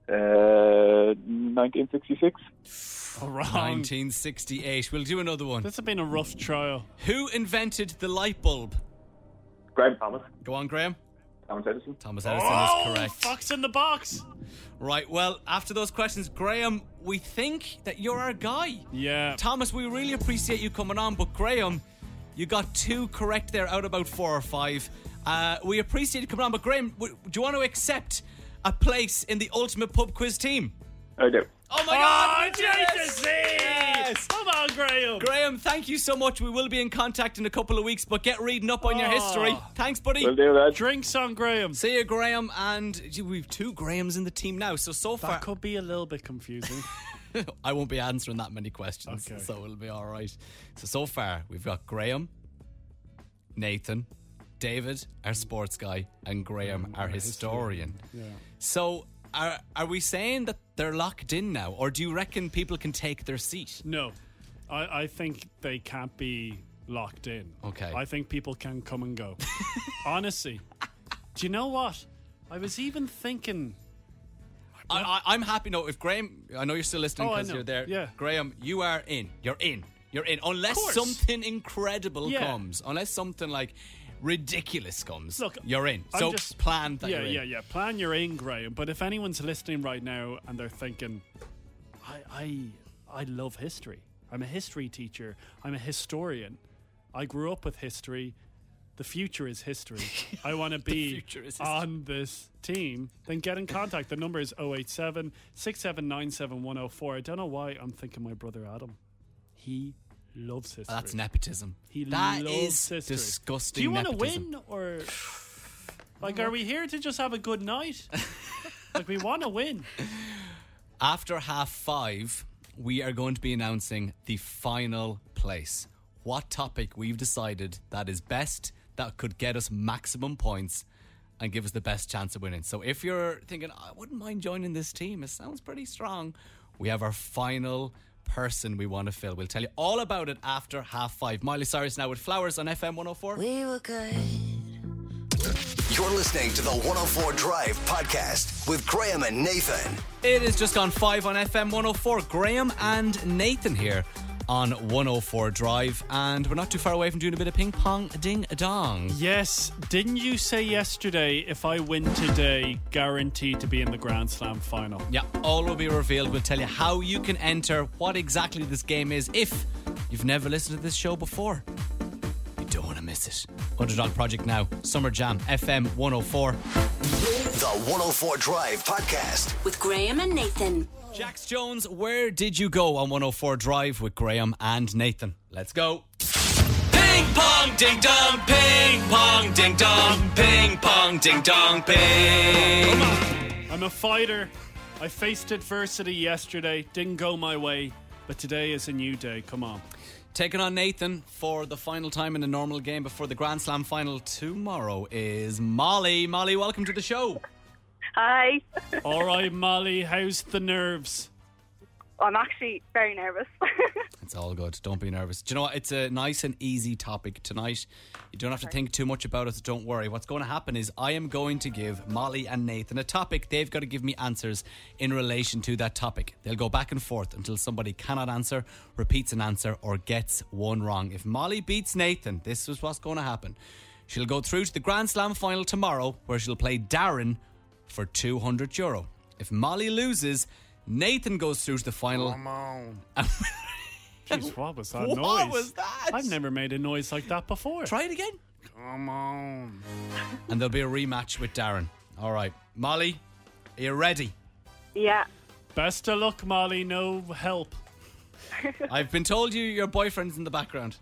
Speaker 16: Uh, 1966.
Speaker 2: Oh, wrong.
Speaker 1: 1968. We'll do another one.
Speaker 2: This has been a rough trial.
Speaker 1: Who invented the light bulb?
Speaker 16: Graham Thomas.
Speaker 1: Go on, Graham.
Speaker 16: Thomas Edison.
Speaker 1: Thomas Edison
Speaker 2: oh,
Speaker 1: is correct.
Speaker 2: fox in the box.
Speaker 1: Right, well, after those questions, Graham, we think that you're our guy.
Speaker 2: Yeah.
Speaker 1: Thomas, we really appreciate you coming on, but Graham, you got two correct there out of about four or five. Uh, we appreciate you coming on, but Graham, w- do you want to accept a place in the Ultimate Pub Quiz team?
Speaker 16: I do.
Speaker 1: Oh my God!
Speaker 2: Oh, Jesus!
Speaker 1: Yes!
Speaker 2: Come on, Graham.
Speaker 1: Graham, thank you so much. We will be in contact in a couple of weeks, but get reading up on your
Speaker 2: Oh.
Speaker 1: history. Thanks, buddy.
Speaker 16: Will do, lad.
Speaker 2: Drinks on Graham.
Speaker 1: See you, Graham. And gee, we've two Grahams in the team now. So so far,
Speaker 2: That could be a little bit confusing.
Speaker 1: I won't be answering that many questions,
Speaker 2: Okay.
Speaker 1: so it'll be all right. So so far, we've got Graham, Nathan, David, our sports guy, and Graham, our historian.
Speaker 2: Mm, yeah.
Speaker 1: So. Are, are we saying that they're locked in now, or do you reckon people can take their seat?
Speaker 2: No, I, I think they can't be locked in.
Speaker 1: Okay.
Speaker 2: I think people can come and go. Honestly, do you know what? I was even thinking.
Speaker 1: I, I, I'm happy. No, if Graham, I know you're still listening
Speaker 2: Oh, I
Speaker 1: because
Speaker 2: know.
Speaker 1: you're there.
Speaker 2: Yeah.
Speaker 1: Graham, you are in. You're in. You're in. Unless
Speaker 2: course.
Speaker 1: something incredible
Speaker 2: Yeah.
Speaker 1: comes, unless something like ridiculous comes,
Speaker 2: Look,
Speaker 1: you're in.
Speaker 2: I'm
Speaker 1: So
Speaker 2: just-
Speaker 1: plan that
Speaker 2: yeah,
Speaker 1: you're in.
Speaker 2: yeah, yeah. Plan your in, Graham. But if anyone's listening right now and they're thinking, I, I, I love history. I'm a history teacher. I'm a historian. I grew up with history. The future is history. I want to be
Speaker 1: future is history.
Speaker 2: on this team. Then get in contact. The number is 087 6797104. I don't know why I'm thinking my brother Adam. He loves history.
Speaker 1: That's nepotism.
Speaker 2: He
Speaker 1: That
Speaker 2: loves
Speaker 1: is
Speaker 2: history.
Speaker 1: disgusting.
Speaker 2: Do you want to
Speaker 1: nepotism.
Speaker 2: win or like are we here to just have a good night? like we want to win.
Speaker 1: After half five, we are going to be announcing the final place. What topic we've decided that is best, that could get us maximum points and give us the best chance of winning. So if you're thinking, I wouldn't mind joining this team, it sounds pretty strong, we have our final person we want to fill. We'll tell you all about it after half five. Miley Cyrus now with Flowers on FM 104.
Speaker 6: We were good.
Speaker 4: You're listening to the 104 Drive Podcast with Graham and Nathan.
Speaker 1: It is just gone five on FM 104. Graham and Nathan here on 104 Drive, and we're not too far away from doing a bit of ping pong ding dong.
Speaker 2: Yes, didn't you say yesterday if I win today, guaranteed to be in the Grand Slam final?
Speaker 1: Yeah, all will be revealed. We'll tell you how you can enter, what exactly this game is, if you've never listened to this show before. You don't want to miss it. Underdog Project Now, Summer Jam, FM 104.
Speaker 4: The 104 Drive Podcast.
Speaker 6: With Graham and Nathan.
Speaker 1: Jax Jones, where did you go on 104 Drive with Graham and Nathan? Let's go. Ping pong ding dong, ping pong ding dong, ping pong ding dong, ping.
Speaker 2: I'm a fighter. I faced adversity yesterday, didn't go my way, but today is a new day. Come on.
Speaker 1: Taking on Nathan for the final time in a normal game before the Grand Slam final tomorrow is Molly. Molly, welcome to the show.
Speaker 17: Hi.
Speaker 2: All right, Molly, how's the nerves?
Speaker 17: I'm actually very nervous.
Speaker 1: It's all good. Don't be nervous. Do you know what? It's a nice and easy topic tonight. You don't have to think too much about it. so Don't worry. What's going to happen is I am going to give Molly and Nathan a topic. They've got to give me answers in relation to that topic. They'll go back and forth until somebody cannot answer, repeats an answer, or gets one wrong. If Molly beats Nathan, this is what's going to happen. She'll go through to the Grand Slam final tomorrow, where she'll play Darren for 200 euro. If Molly loses, Nathan goes through to the final.
Speaker 2: Jeez, what was that
Speaker 1: What
Speaker 2: noise?
Speaker 1: was that?
Speaker 2: I've never made a noise like that before.
Speaker 1: Try it again.
Speaker 2: Come on.
Speaker 1: and there'll be a rematch with Darren. All right, Molly, are you ready?
Speaker 17: yeah.
Speaker 2: Best of luck, Molly. No help.
Speaker 1: I've been told you your boyfriend's in the background.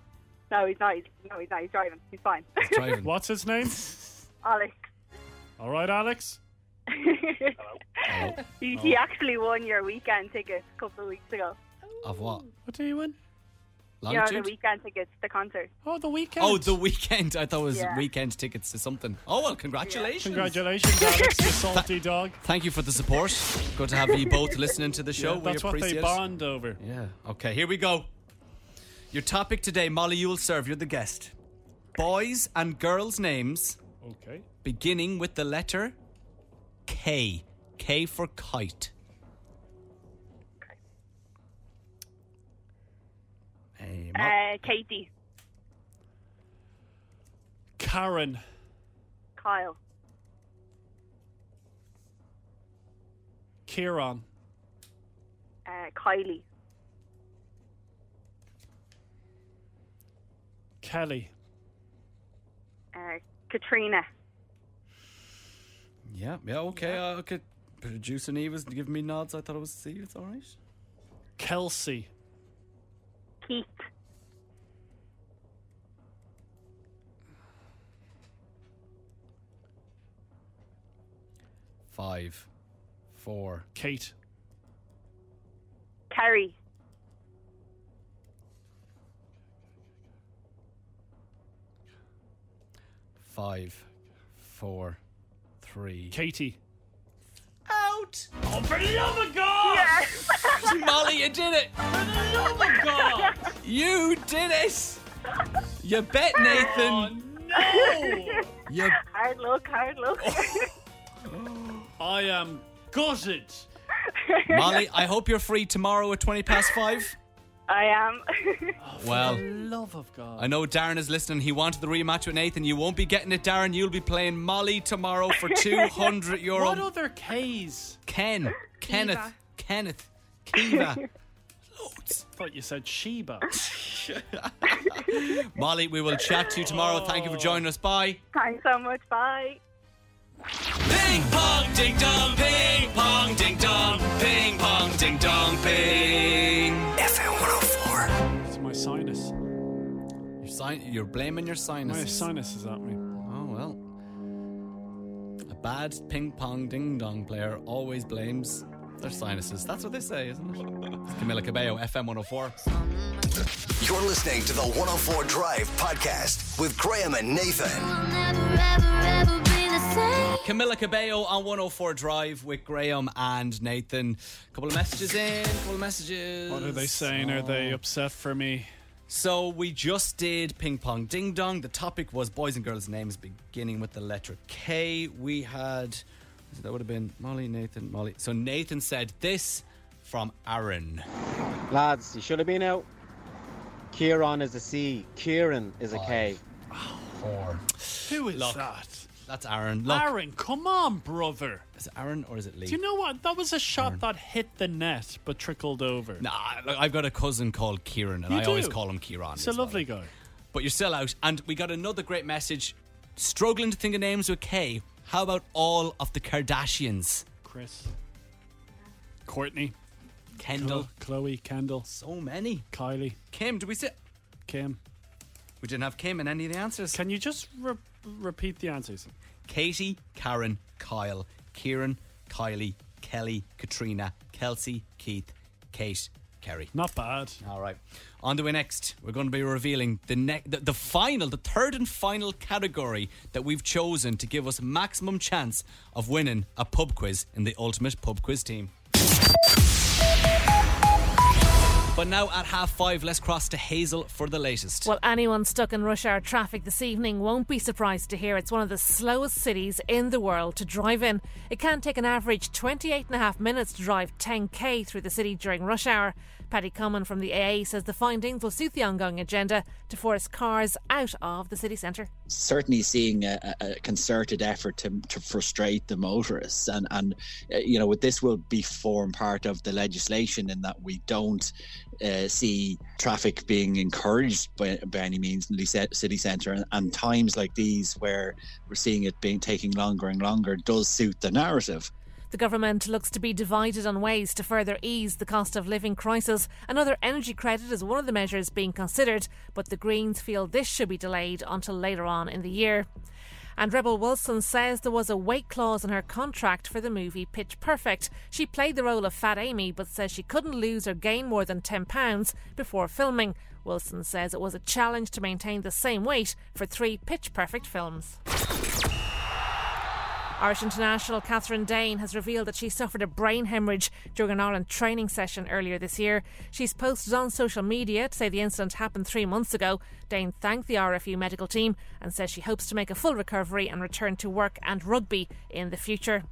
Speaker 17: No, he's not. He's, no, he's not. He's driving. He's fine.
Speaker 1: He's driving.
Speaker 2: What's his name?
Speaker 17: Alex.
Speaker 2: All right, Alex.
Speaker 1: Oh,
Speaker 17: He, he actually won your weekend tickets a couple of weeks ago.
Speaker 1: Of what?
Speaker 2: What do you win?
Speaker 17: You know,
Speaker 1: Longitude?
Speaker 17: the weekend tickets, the concert.
Speaker 2: Oh, the weekend.
Speaker 1: Oh, the weekend. I thought it was
Speaker 17: Yeah.
Speaker 1: weekend tickets to something. Oh, well, congratulations.
Speaker 2: Congratulations, Alex, the salty dog.
Speaker 1: Thank you for the support. Good to have you both listening to the show.
Speaker 2: Yeah,
Speaker 1: we
Speaker 2: that's what
Speaker 1: appreciate
Speaker 2: they
Speaker 1: it.
Speaker 2: bond over.
Speaker 1: Yeah. Okay, here we go. Your topic today, Molly, you'll serve. You're the guest. Boys and girls' names
Speaker 18: Okay.
Speaker 1: beginning with the letter K. K for kite. Hey, Mo-
Speaker 17: Uh, Katie,
Speaker 2: Karen,
Speaker 17: Kyle,
Speaker 2: Kieran,
Speaker 17: uh, Kylie,
Speaker 2: Kelly,
Speaker 17: uh, Katrina.
Speaker 1: Yeah, yeah, okay. Uh, okay. Producer Eve was giving me nods. I thought it was C. It's all right.
Speaker 2: Kelsey,
Speaker 17: Keith.
Speaker 1: Five, four,
Speaker 2: Kate,
Speaker 17: Carrie.
Speaker 1: five, four, three.
Speaker 2: Katie.
Speaker 1: Out!
Speaker 15: Oh, for the love of God!
Speaker 1: Molly, you did it! Oh
Speaker 15: For the love of God!
Speaker 1: You did it! You bet, Nathan.
Speaker 2: No!
Speaker 1: You
Speaker 17: Hard look, hard look.
Speaker 1: Oh.
Speaker 2: I am gutted.
Speaker 1: Molly, I hope you're free tomorrow at 20 past five.
Speaker 17: I am.
Speaker 1: Well,
Speaker 2: love of God.
Speaker 1: I know Darren is listening. He wanted the rematch with Nathan. You won't be getting it, Darren. You'll be playing Molly tomorrow for 200 euro.
Speaker 2: What other K's?
Speaker 1: Ken, Kenneth, Kenneth, Kiva.
Speaker 2: thought you said Sheba.
Speaker 1: Molly, we will chat to you tomorrow. Thank you for joining us. Bye.
Speaker 17: Thanks so much. Bye.
Speaker 1: Ping pong ding dong, ping pong ding dong, ping pong ding dong, ping.
Speaker 4: FM 104.
Speaker 2: It's my sinus.
Speaker 1: Your sin- you're blaming your sinus.
Speaker 2: My sinus is at me.
Speaker 1: Oh well. A bad ping pong ding dong player always blames their sinuses. That's what they say, isn't it? It's Camilla Cabello, FM 104.
Speaker 4: You're listening to the 104 Drive Podcast with Graham and Nathan.
Speaker 1: Camilla Cabello on 104 Drive with Graham and Nathan. A couple of messages in, couple of messages.
Speaker 2: What are they saying? Are
Speaker 1: Oh.
Speaker 2: they upset for me?
Speaker 1: So we just did ping pong ding dong. The topic was boys and girls' names beginning with the letter K. We had that would have been Molly, Nathan, Molly. So Nathan said this from Aaron.
Speaker 19: Lads, you should have been out. Kieran is a C. Kieran is a K.
Speaker 1: Four.
Speaker 2: Who is
Speaker 1: Look.
Speaker 2: that?
Speaker 1: That's Aaron. Look,
Speaker 2: Aaron, come on, brother.
Speaker 1: is it Aaron or is it Lee?
Speaker 2: Do you know what? That was a shot that hit the net but trickled over.
Speaker 1: Nah, look, I've got a cousin called Kieran, and
Speaker 2: You
Speaker 1: I always
Speaker 2: do?
Speaker 1: call him Kieran.
Speaker 2: He's a lovely guy.
Speaker 1: But you're still out, and we got another great message. Struggling to think of names with K. How about all of the Kardashians?
Speaker 2: Chris. Courtney. Oh,
Speaker 1: Kendall.
Speaker 2: Chloe. Kendall.
Speaker 1: So many.
Speaker 2: Kylie.
Speaker 1: Kim, do we sit?
Speaker 2: Kim.
Speaker 1: We didn't have Kim in any of the answers.
Speaker 2: Can you just re- repeat the answers?
Speaker 1: Katie, Karen, Kyle, Kieran, Kylie, Kelly, Katrina, Kelsey, Keith, Kate, Kerry.
Speaker 2: Not bad.
Speaker 1: All right. On to the next. We're going to be revealing the, ne- the the final, the third and final category that we've chosen to give us maximum chance of winning a pub quiz in the ultimate pub quiz team. But now at half five, let's cross to Hazel for the latest.
Speaker 5: Well, anyone stuck in rush hour traffic this evening won't be surprised to hear it's one of the slowest cities in the world to drive in. It can take an average 28 and a half minutes to drive 10k through the city during rush hour. Paddy Common from the AA says the findings will suit the ongoing agenda to force cars out of the city centre.
Speaker 20: certainly seeing a, a a concerted effort to, to frustrate the motorists and and uh, you know this will be form part of the legislation in that we don't uh, see traffic being encouraged by, by any means in the ce- city centre and, and times like these where we're seeing it being taking longer and longer does suit the narrative
Speaker 5: The government looks to be divided on ways to further ease the cost of living crisis. Another energy credit is one of the measures being considered, but the Greens feel this should be delayed until later on in the year. And Rebel Wilson says there was a weight clause in her contract for the movie Pitch Perfect. She played the role of Fat Amy, but says she couldn't lose or gain more than 10 pounds before filming. Wilson says it was a challenge to maintain the same weight for three Pitch Perfect films. Irish international Catherine Dane has revealed that she suffered a brain hemorrhage during an Ireland training session earlier this year. She's posted on social media to say the incident happened three months ago. Dane thanked the RFU medical team and says she hopes to make a full recovery and return to work and rugby in the future.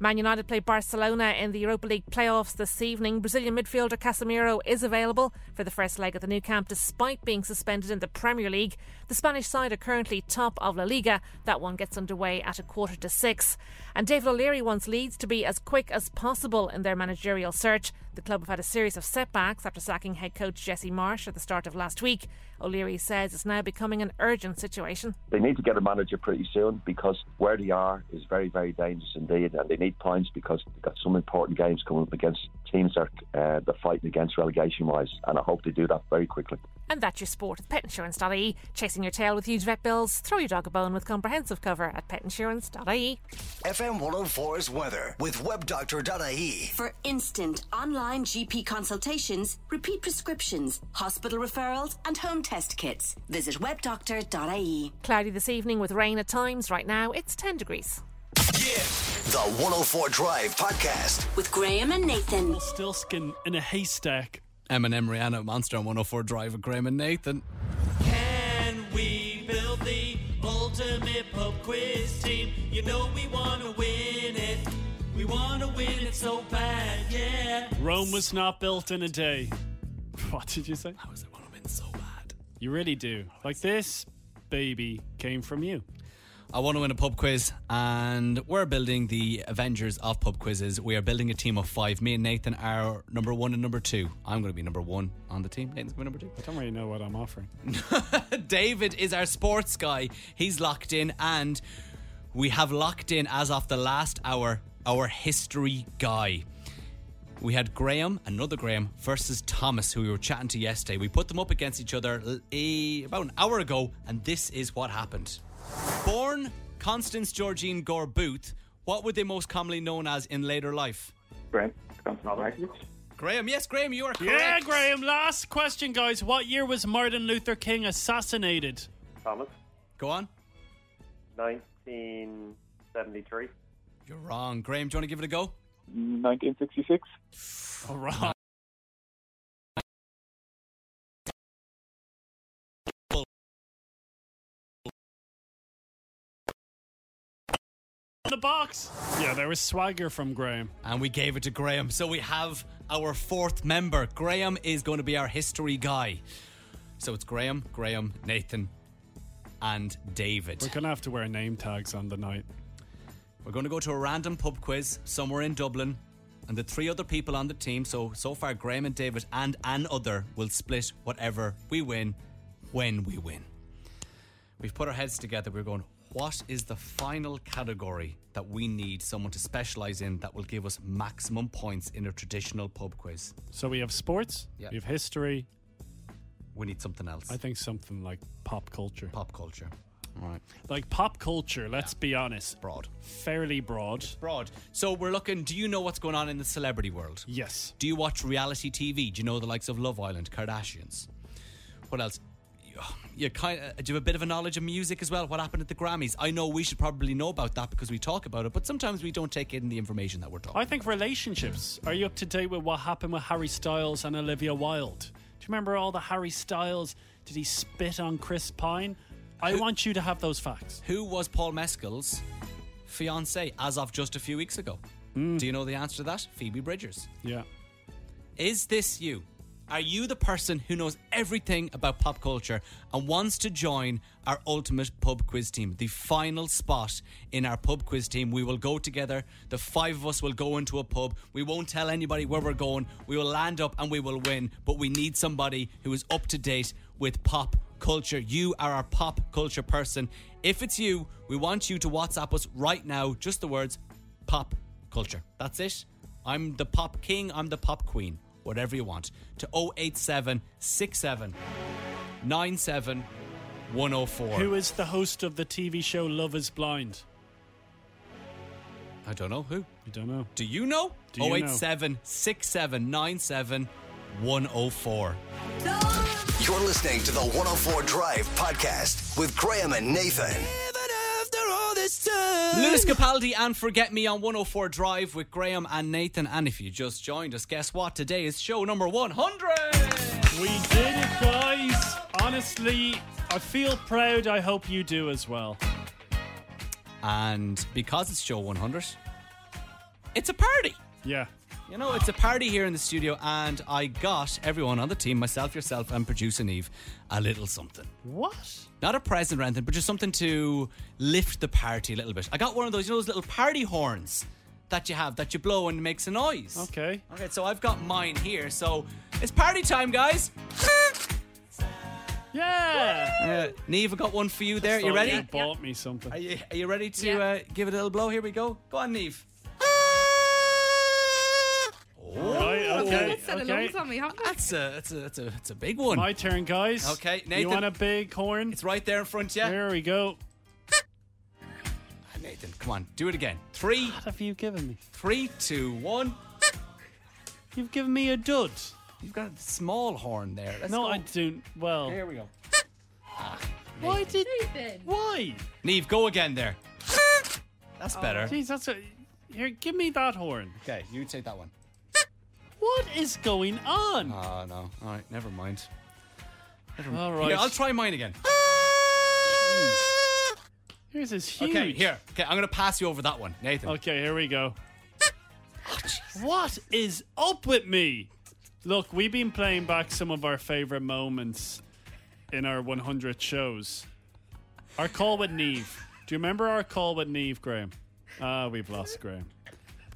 Speaker 5: Man United play Barcelona in the Europa League playoffs this evening. Brazilian midfielder Casemiro is available for the first leg at the new camp despite being suspended in the Premier League. The Spanish side are currently top of La Liga. That one gets underway at a quarter to six. And David O'Leary wants Leeds to be as quick as possible in their managerial search. The club have had a series of setbacks after sacking head coach Jesse Marsh at the start of last week. O'Leary says it's now becoming an urgent situation.
Speaker 21: They need to get a manager pretty soon because where they are is very, very dangerous indeed, and they need points because they've got some important games coming up against teams that uh, they're fighting against relegation wise, and I hope they do that very quickly.
Speaker 5: And that's your sport at petinsurance.ie. E. Chasing your tail with huge vet bills, throw your dog a bone with comprehensive cover at petinsurance.ie.
Speaker 4: FM 104's weather with webdoctor.ie.
Speaker 6: For instant online GP consultations, repeat prescriptions, hospital referrals, and home test kits, visit webdoctor.ie.
Speaker 5: Cloudy this evening with rain at times. Right now it's 10 degrees.
Speaker 4: The 104 Drive Podcast.
Speaker 6: With Graham and Nathan.
Speaker 2: Still skin in a haystack.
Speaker 1: Eminem Rihanna Monster on 104 Drive with Graham and Nathan.
Speaker 15: Can we build the ultimate pub quiz team? You know we want to win it. We want to win it so bad, yeah.
Speaker 2: Rome was not built in a day. What did you say? I was want to win so bad. You really do. Like this baby came from you.
Speaker 1: I want to win a pub quiz, and we're building the Avengers of pub quizzes. We are building a team of five. Me and Nathan are number one and number two. I'm going to be number one on the team. Nathan's going to be number two.
Speaker 2: I don't really know what I'm offering.
Speaker 1: David is our sports guy. He's locked in, and we have locked in as of the last hour our history guy. We had Graham, another Graham, versus Thomas, who we were chatting to yesterday. We put them up against each other l- eh, about an hour ago, and this is what happened. Born Constance Georgine Gore Booth, what were they most commonly known as in later life?
Speaker 16: Graham, Wisconsin All Americans.
Speaker 1: Graham, yes, Graham, you are correct.
Speaker 2: Yeah, Graham. Last question, guys. What year was Martin Luther King assassinated?
Speaker 7: Thomas,
Speaker 1: Go on.
Speaker 7: 1973.
Speaker 1: You're wrong. Graham, do you want to give it a go?
Speaker 16: 1966.
Speaker 2: All right. The box. Yeah, there was swagger from Graham.
Speaker 1: And we gave it to Graham. So we have our fourth member. Graham is going to be our history guy. So it's Graham, Graham, Nathan, and David.
Speaker 2: We're gonna have to wear name tags on the night.
Speaker 1: We're going to go to a random pub quiz somewhere in Dublin, and the three other people on the team, so so far Graham and David and an other, will split whatever we win when we win. We've put our heads together. We're going. What is the final category that we need someone to specialise in that will give us maximum points in a traditional pub quiz?
Speaker 2: So we have sports,
Speaker 1: Yeah.
Speaker 2: we have history.
Speaker 1: We need something else.
Speaker 2: I think something like pop culture.
Speaker 1: Pop culture. All right.
Speaker 2: Like pop culture, let's be honest.
Speaker 1: Broad.
Speaker 2: Fairly broad.
Speaker 1: Broad. So we're looking. Do you know what's going on in the celebrity world?
Speaker 2: Yes.
Speaker 1: Do you watch reality TV? Do you know the likes of Love Island, Kardashians? What else? You- You kind of, do you have a bit of a knowledge of music as well? What happened at the Grammys? I know we should probably know about that because we talk about it, but sometimes we don't take in the information that we're talking.
Speaker 2: I think relationships. Are you up to date with what happened with Harry Styles and Olivia Wilde? Do you remember all the Harry Styles? Did he spit on Chris Pine? I want you to have those facts.
Speaker 1: Who was Paul Mescal's fiance as of just a few weeks ago? Do you know the answer to that? Phoebe Bridgers.
Speaker 2: Yeah.
Speaker 1: Is this you? Are you the person who knows everything about pop culture and wants to join our ultimate pub quiz team? The final spot in our pub quiz team. We will go together. The five of us will go into a pub. We won't tell anybody where we're going. We will land up and we will win. But we need somebody who is up to date with pop culture. You are our pop culture person. If it's you, we want you to WhatsApp us right now, just the words pop culture. That's it. I'm the pop king, I'm the pop queen, oh whatever you want, to 087 67 97 104.
Speaker 2: Who is the host of the TV show Love is Blind?
Speaker 1: I don't know who.
Speaker 2: You don't know.
Speaker 1: Do you know?
Speaker 2: Do you know?
Speaker 1: 087 6797 104.
Speaker 4: You're listening to the 104 Drive Podcast with Graham and Nathan.
Speaker 1: Lewis Capaldi and Forget Me on 104 Drive with Graham and Nathan. And if you just joined us, guess what? Today is show number 100.
Speaker 2: We did it, guys. Honestly, I feel proud. I hope you do as well.
Speaker 1: And because it's show 100, it's a party.
Speaker 2: Yeah.
Speaker 1: You know, it's a party here in the studio, and I got everyone on the team, myself, yourself, and producer Neve, a little something.
Speaker 2: What?
Speaker 1: Not a present or anything, but just something to lift the party a little bit. I got one of those, you know, those little party horns that you have that you blow and makes a noise.
Speaker 2: Okay.
Speaker 1: Okay, so I've got mine here. So it's party time, guys.
Speaker 2: Yeah.
Speaker 1: Uh, Neve, I got one for you there.
Speaker 2: Just
Speaker 1: You
Speaker 2: thought
Speaker 1: ready?
Speaker 2: You bought me something.
Speaker 1: Are you, are you ready to uh, give it a little blow? Here we go. Go on, Neve.
Speaker 2: Right,
Speaker 10: I've
Speaker 2: okay,
Speaker 10: got set
Speaker 2: okay.
Speaker 10: alarms on me, haven't I?
Speaker 1: That's a that's a that's a that's a big one.
Speaker 2: My turn, guys.
Speaker 1: Okay,
Speaker 2: You
Speaker 1: Nathan.
Speaker 2: want a big horn?
Speaker 1: It's right there in front, yeah.
Speaker 2: There we go.
Speaker 1: Nathan, come on, do it again. Three,
Speaker 2: What have you given me?
Speaker 1: three, two, one.
Speaker 2: You've given me a dud.
Speaker 1: You've got a small horn there. Let's
Speaker 2: no,
Speaker 1: go.
Speaker 2: I don't. Well,
Speaker 1: Here we go.
Speaker 2: why did? Why?
Speaker 1: Neve, go again there.
Speaker 2: Oh,
Speaker 1: That's better.
Speaker 2: Jeez, that's a. Here, give me that horn.
Speaker 1: Okay, you take that one.
Speaker 2: What is going on?
Speaker 1: Oh no. All right, never mind. Never
Speaker 2: All
Speaker 1: mind.
Speaker 2: right.
Speaker 1: Here, I'll try mine again.
Speaker 2: Here's this huge.
Speaker 1: Okay, here. Okay, I'm gonna pass you over that one, Nathan.
Speaker 2: Okay, here we go. what is up with me? Look, we've been playing back some of our favorite moments in our 100 shows. Our call with Neve. Do you remember our call with Neve, Graham? Ah, we've lost Graham.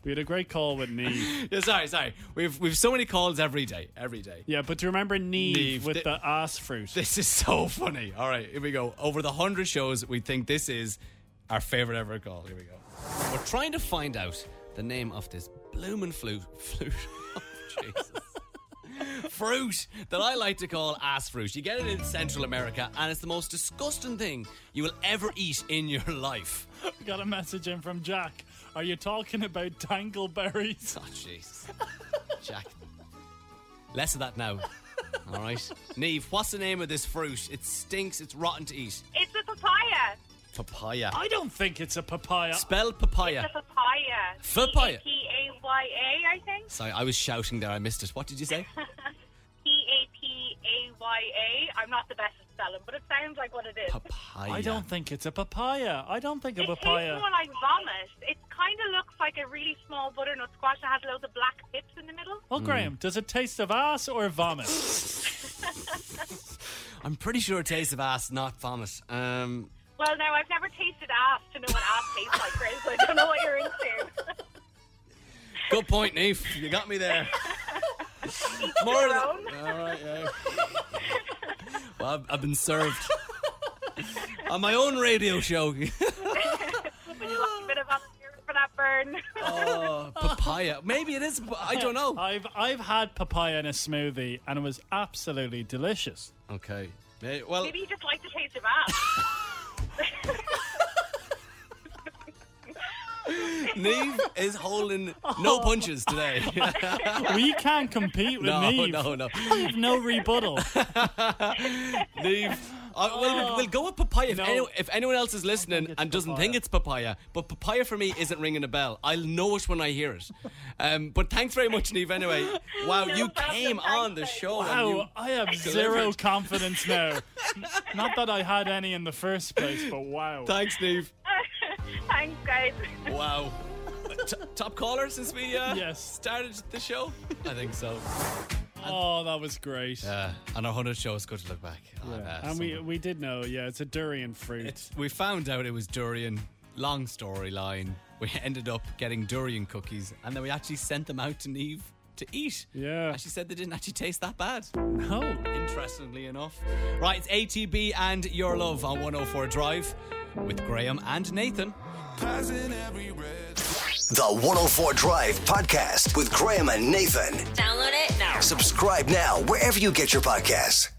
Speaker 2: We had a great call with Neve.
Speaker 1: Yeah, sorry, sorry. We've we've so many calls every day, every day.
Speaker 2: Yeah, but do you remember Neve,
Speaker 1: Neve,
Speaker 2: with
Speaker 1: th-
Speaker 2: the ass fruit?
Speaker 1: This is so funny. All right, here we go. Over the 100 shows, we think this is our favorite ever call. Here we go. We're trying to find out the name of this bloomin' flute. Flute. Oh, Jesus. fruit that I like to call ass fruit. You get it in Central America, and it's the most disgusting thing you will ever eat in your life.
Speaker 2: Got a message in from Jack. Are you talking about dangleberries?
Speaker 1: Oh, jeez. Jack. Less of that now. All right. Neve, what's the name of this fruit? It stinks, it's rotten to eat.
Speaker 17: It's a papaya.
Speaker 1: Papaya.
Speaker 2: I don't think it's a papaya.
Speaker 1: Spell papaya.
Speaker 17: It's a papaya.
Speaker 1: Papaya.
Speaker 17: P A Y A, I think.
Speaker 1: Sorry, I was shouting there. I missed it. What did you say?
Speaker 17: P A P A Y A. I'm not the best at spelling, but it sounds like what it is.
Speaker 1: Papaya.
Speaker 2: I don't think it's a papaya. I don't think a
Speaker 17: It
Speaker 2: papaya.
Speaker 17: tastes more like vomit. It kind of looks like a really small butternut squash that has loads of black pips in the middle.
Speaker 2: Oh, Graham, does it taste of ass or vomit?
Speaker 1: I'm pretty sure it tastes of ass, not vomit. Um,
Speaker 17: Well, now I've never tasted ass to know what ass tastes like, Chris. So I don't know what you're into.
Speaker 1: good point, Neve. You got me there. More of that. All right, yeah. Well, I've, I've been served on my own radio show.
Speaker 17: Would you like a bit of atmosphere for that burn?
Speaker 1: oh, papaya. Maybe it is. I don't know.
Speaker 2: I've I've had papaya in a smoothie and it was absolutely delicious.
Speaker 1: Okay. May- Well,
Speaker 17: Maybe you just like the taste of ass.
Speaker 1: Neve is holding no punches today.
Speaker 2: We can't compete with
Speaker 1: no,
Speaker 2: Neve.
Speaker 1: no, no.
Speaker 2: I have no rebuttal.
Speaker 1: Neve. Uh, well, we'll- we'll go with papaya. If,
Speaker 2: No.
Speaker 1: any- if anyone else is listening
Speaker 2: it's
Speaker 1: and doesn't
Speaker 2: papaya.
Speaker 1: think it's papaya, but papaya for me isn't ringing a bell. I'll know it when I hear it. Um, but thanks very much, Neve. Anyway, wow,
Speaker 17: No
Speaker 1: you
Speaker 17: problem,
Speaker 1: came
Speaker 17: thanks,
Speaker 1: on the
Speaker 17: mate.
Speaker 1: show. and you-
Speaker 2: Wow, I have zero confidence now. Not that I had any in the first place, but wow.
Speaker 1: Thanks, Neve.
Speaker 17: Thanks, guys.
Speaker 1: Wow. T- top caller since we uh,
Speaker 2: Yes.
Speaker 1: started the show? I think so.
Speaker 2: Oh, that was great.
Speaker 1: Uh, and our 100 show is good to look back. on, uh,
Speaker 2: and we
Speaker 1: some-
Speaker 2: we did know, yeah, it's a durian fruit.
Speaker 1: we found out it was durian. Long storyline. We ended up getting durian cookies, and then we actually sent them out to Neve to eat.
Speaker 2: Yeah.
Speaker 1: And she said they didn't actually taste that bad.
Speaker 2: no.
Speaker 1: Interestingly enough. Right, it's ATB and Your Love on 104 Drive with Graham and Nathan.
Speaker 4: The 104 Drive Podcast with Graham and Nathan.
Speaker 6: Download it now.
Speaker 4: Subscribe now wherever you get your podcasts.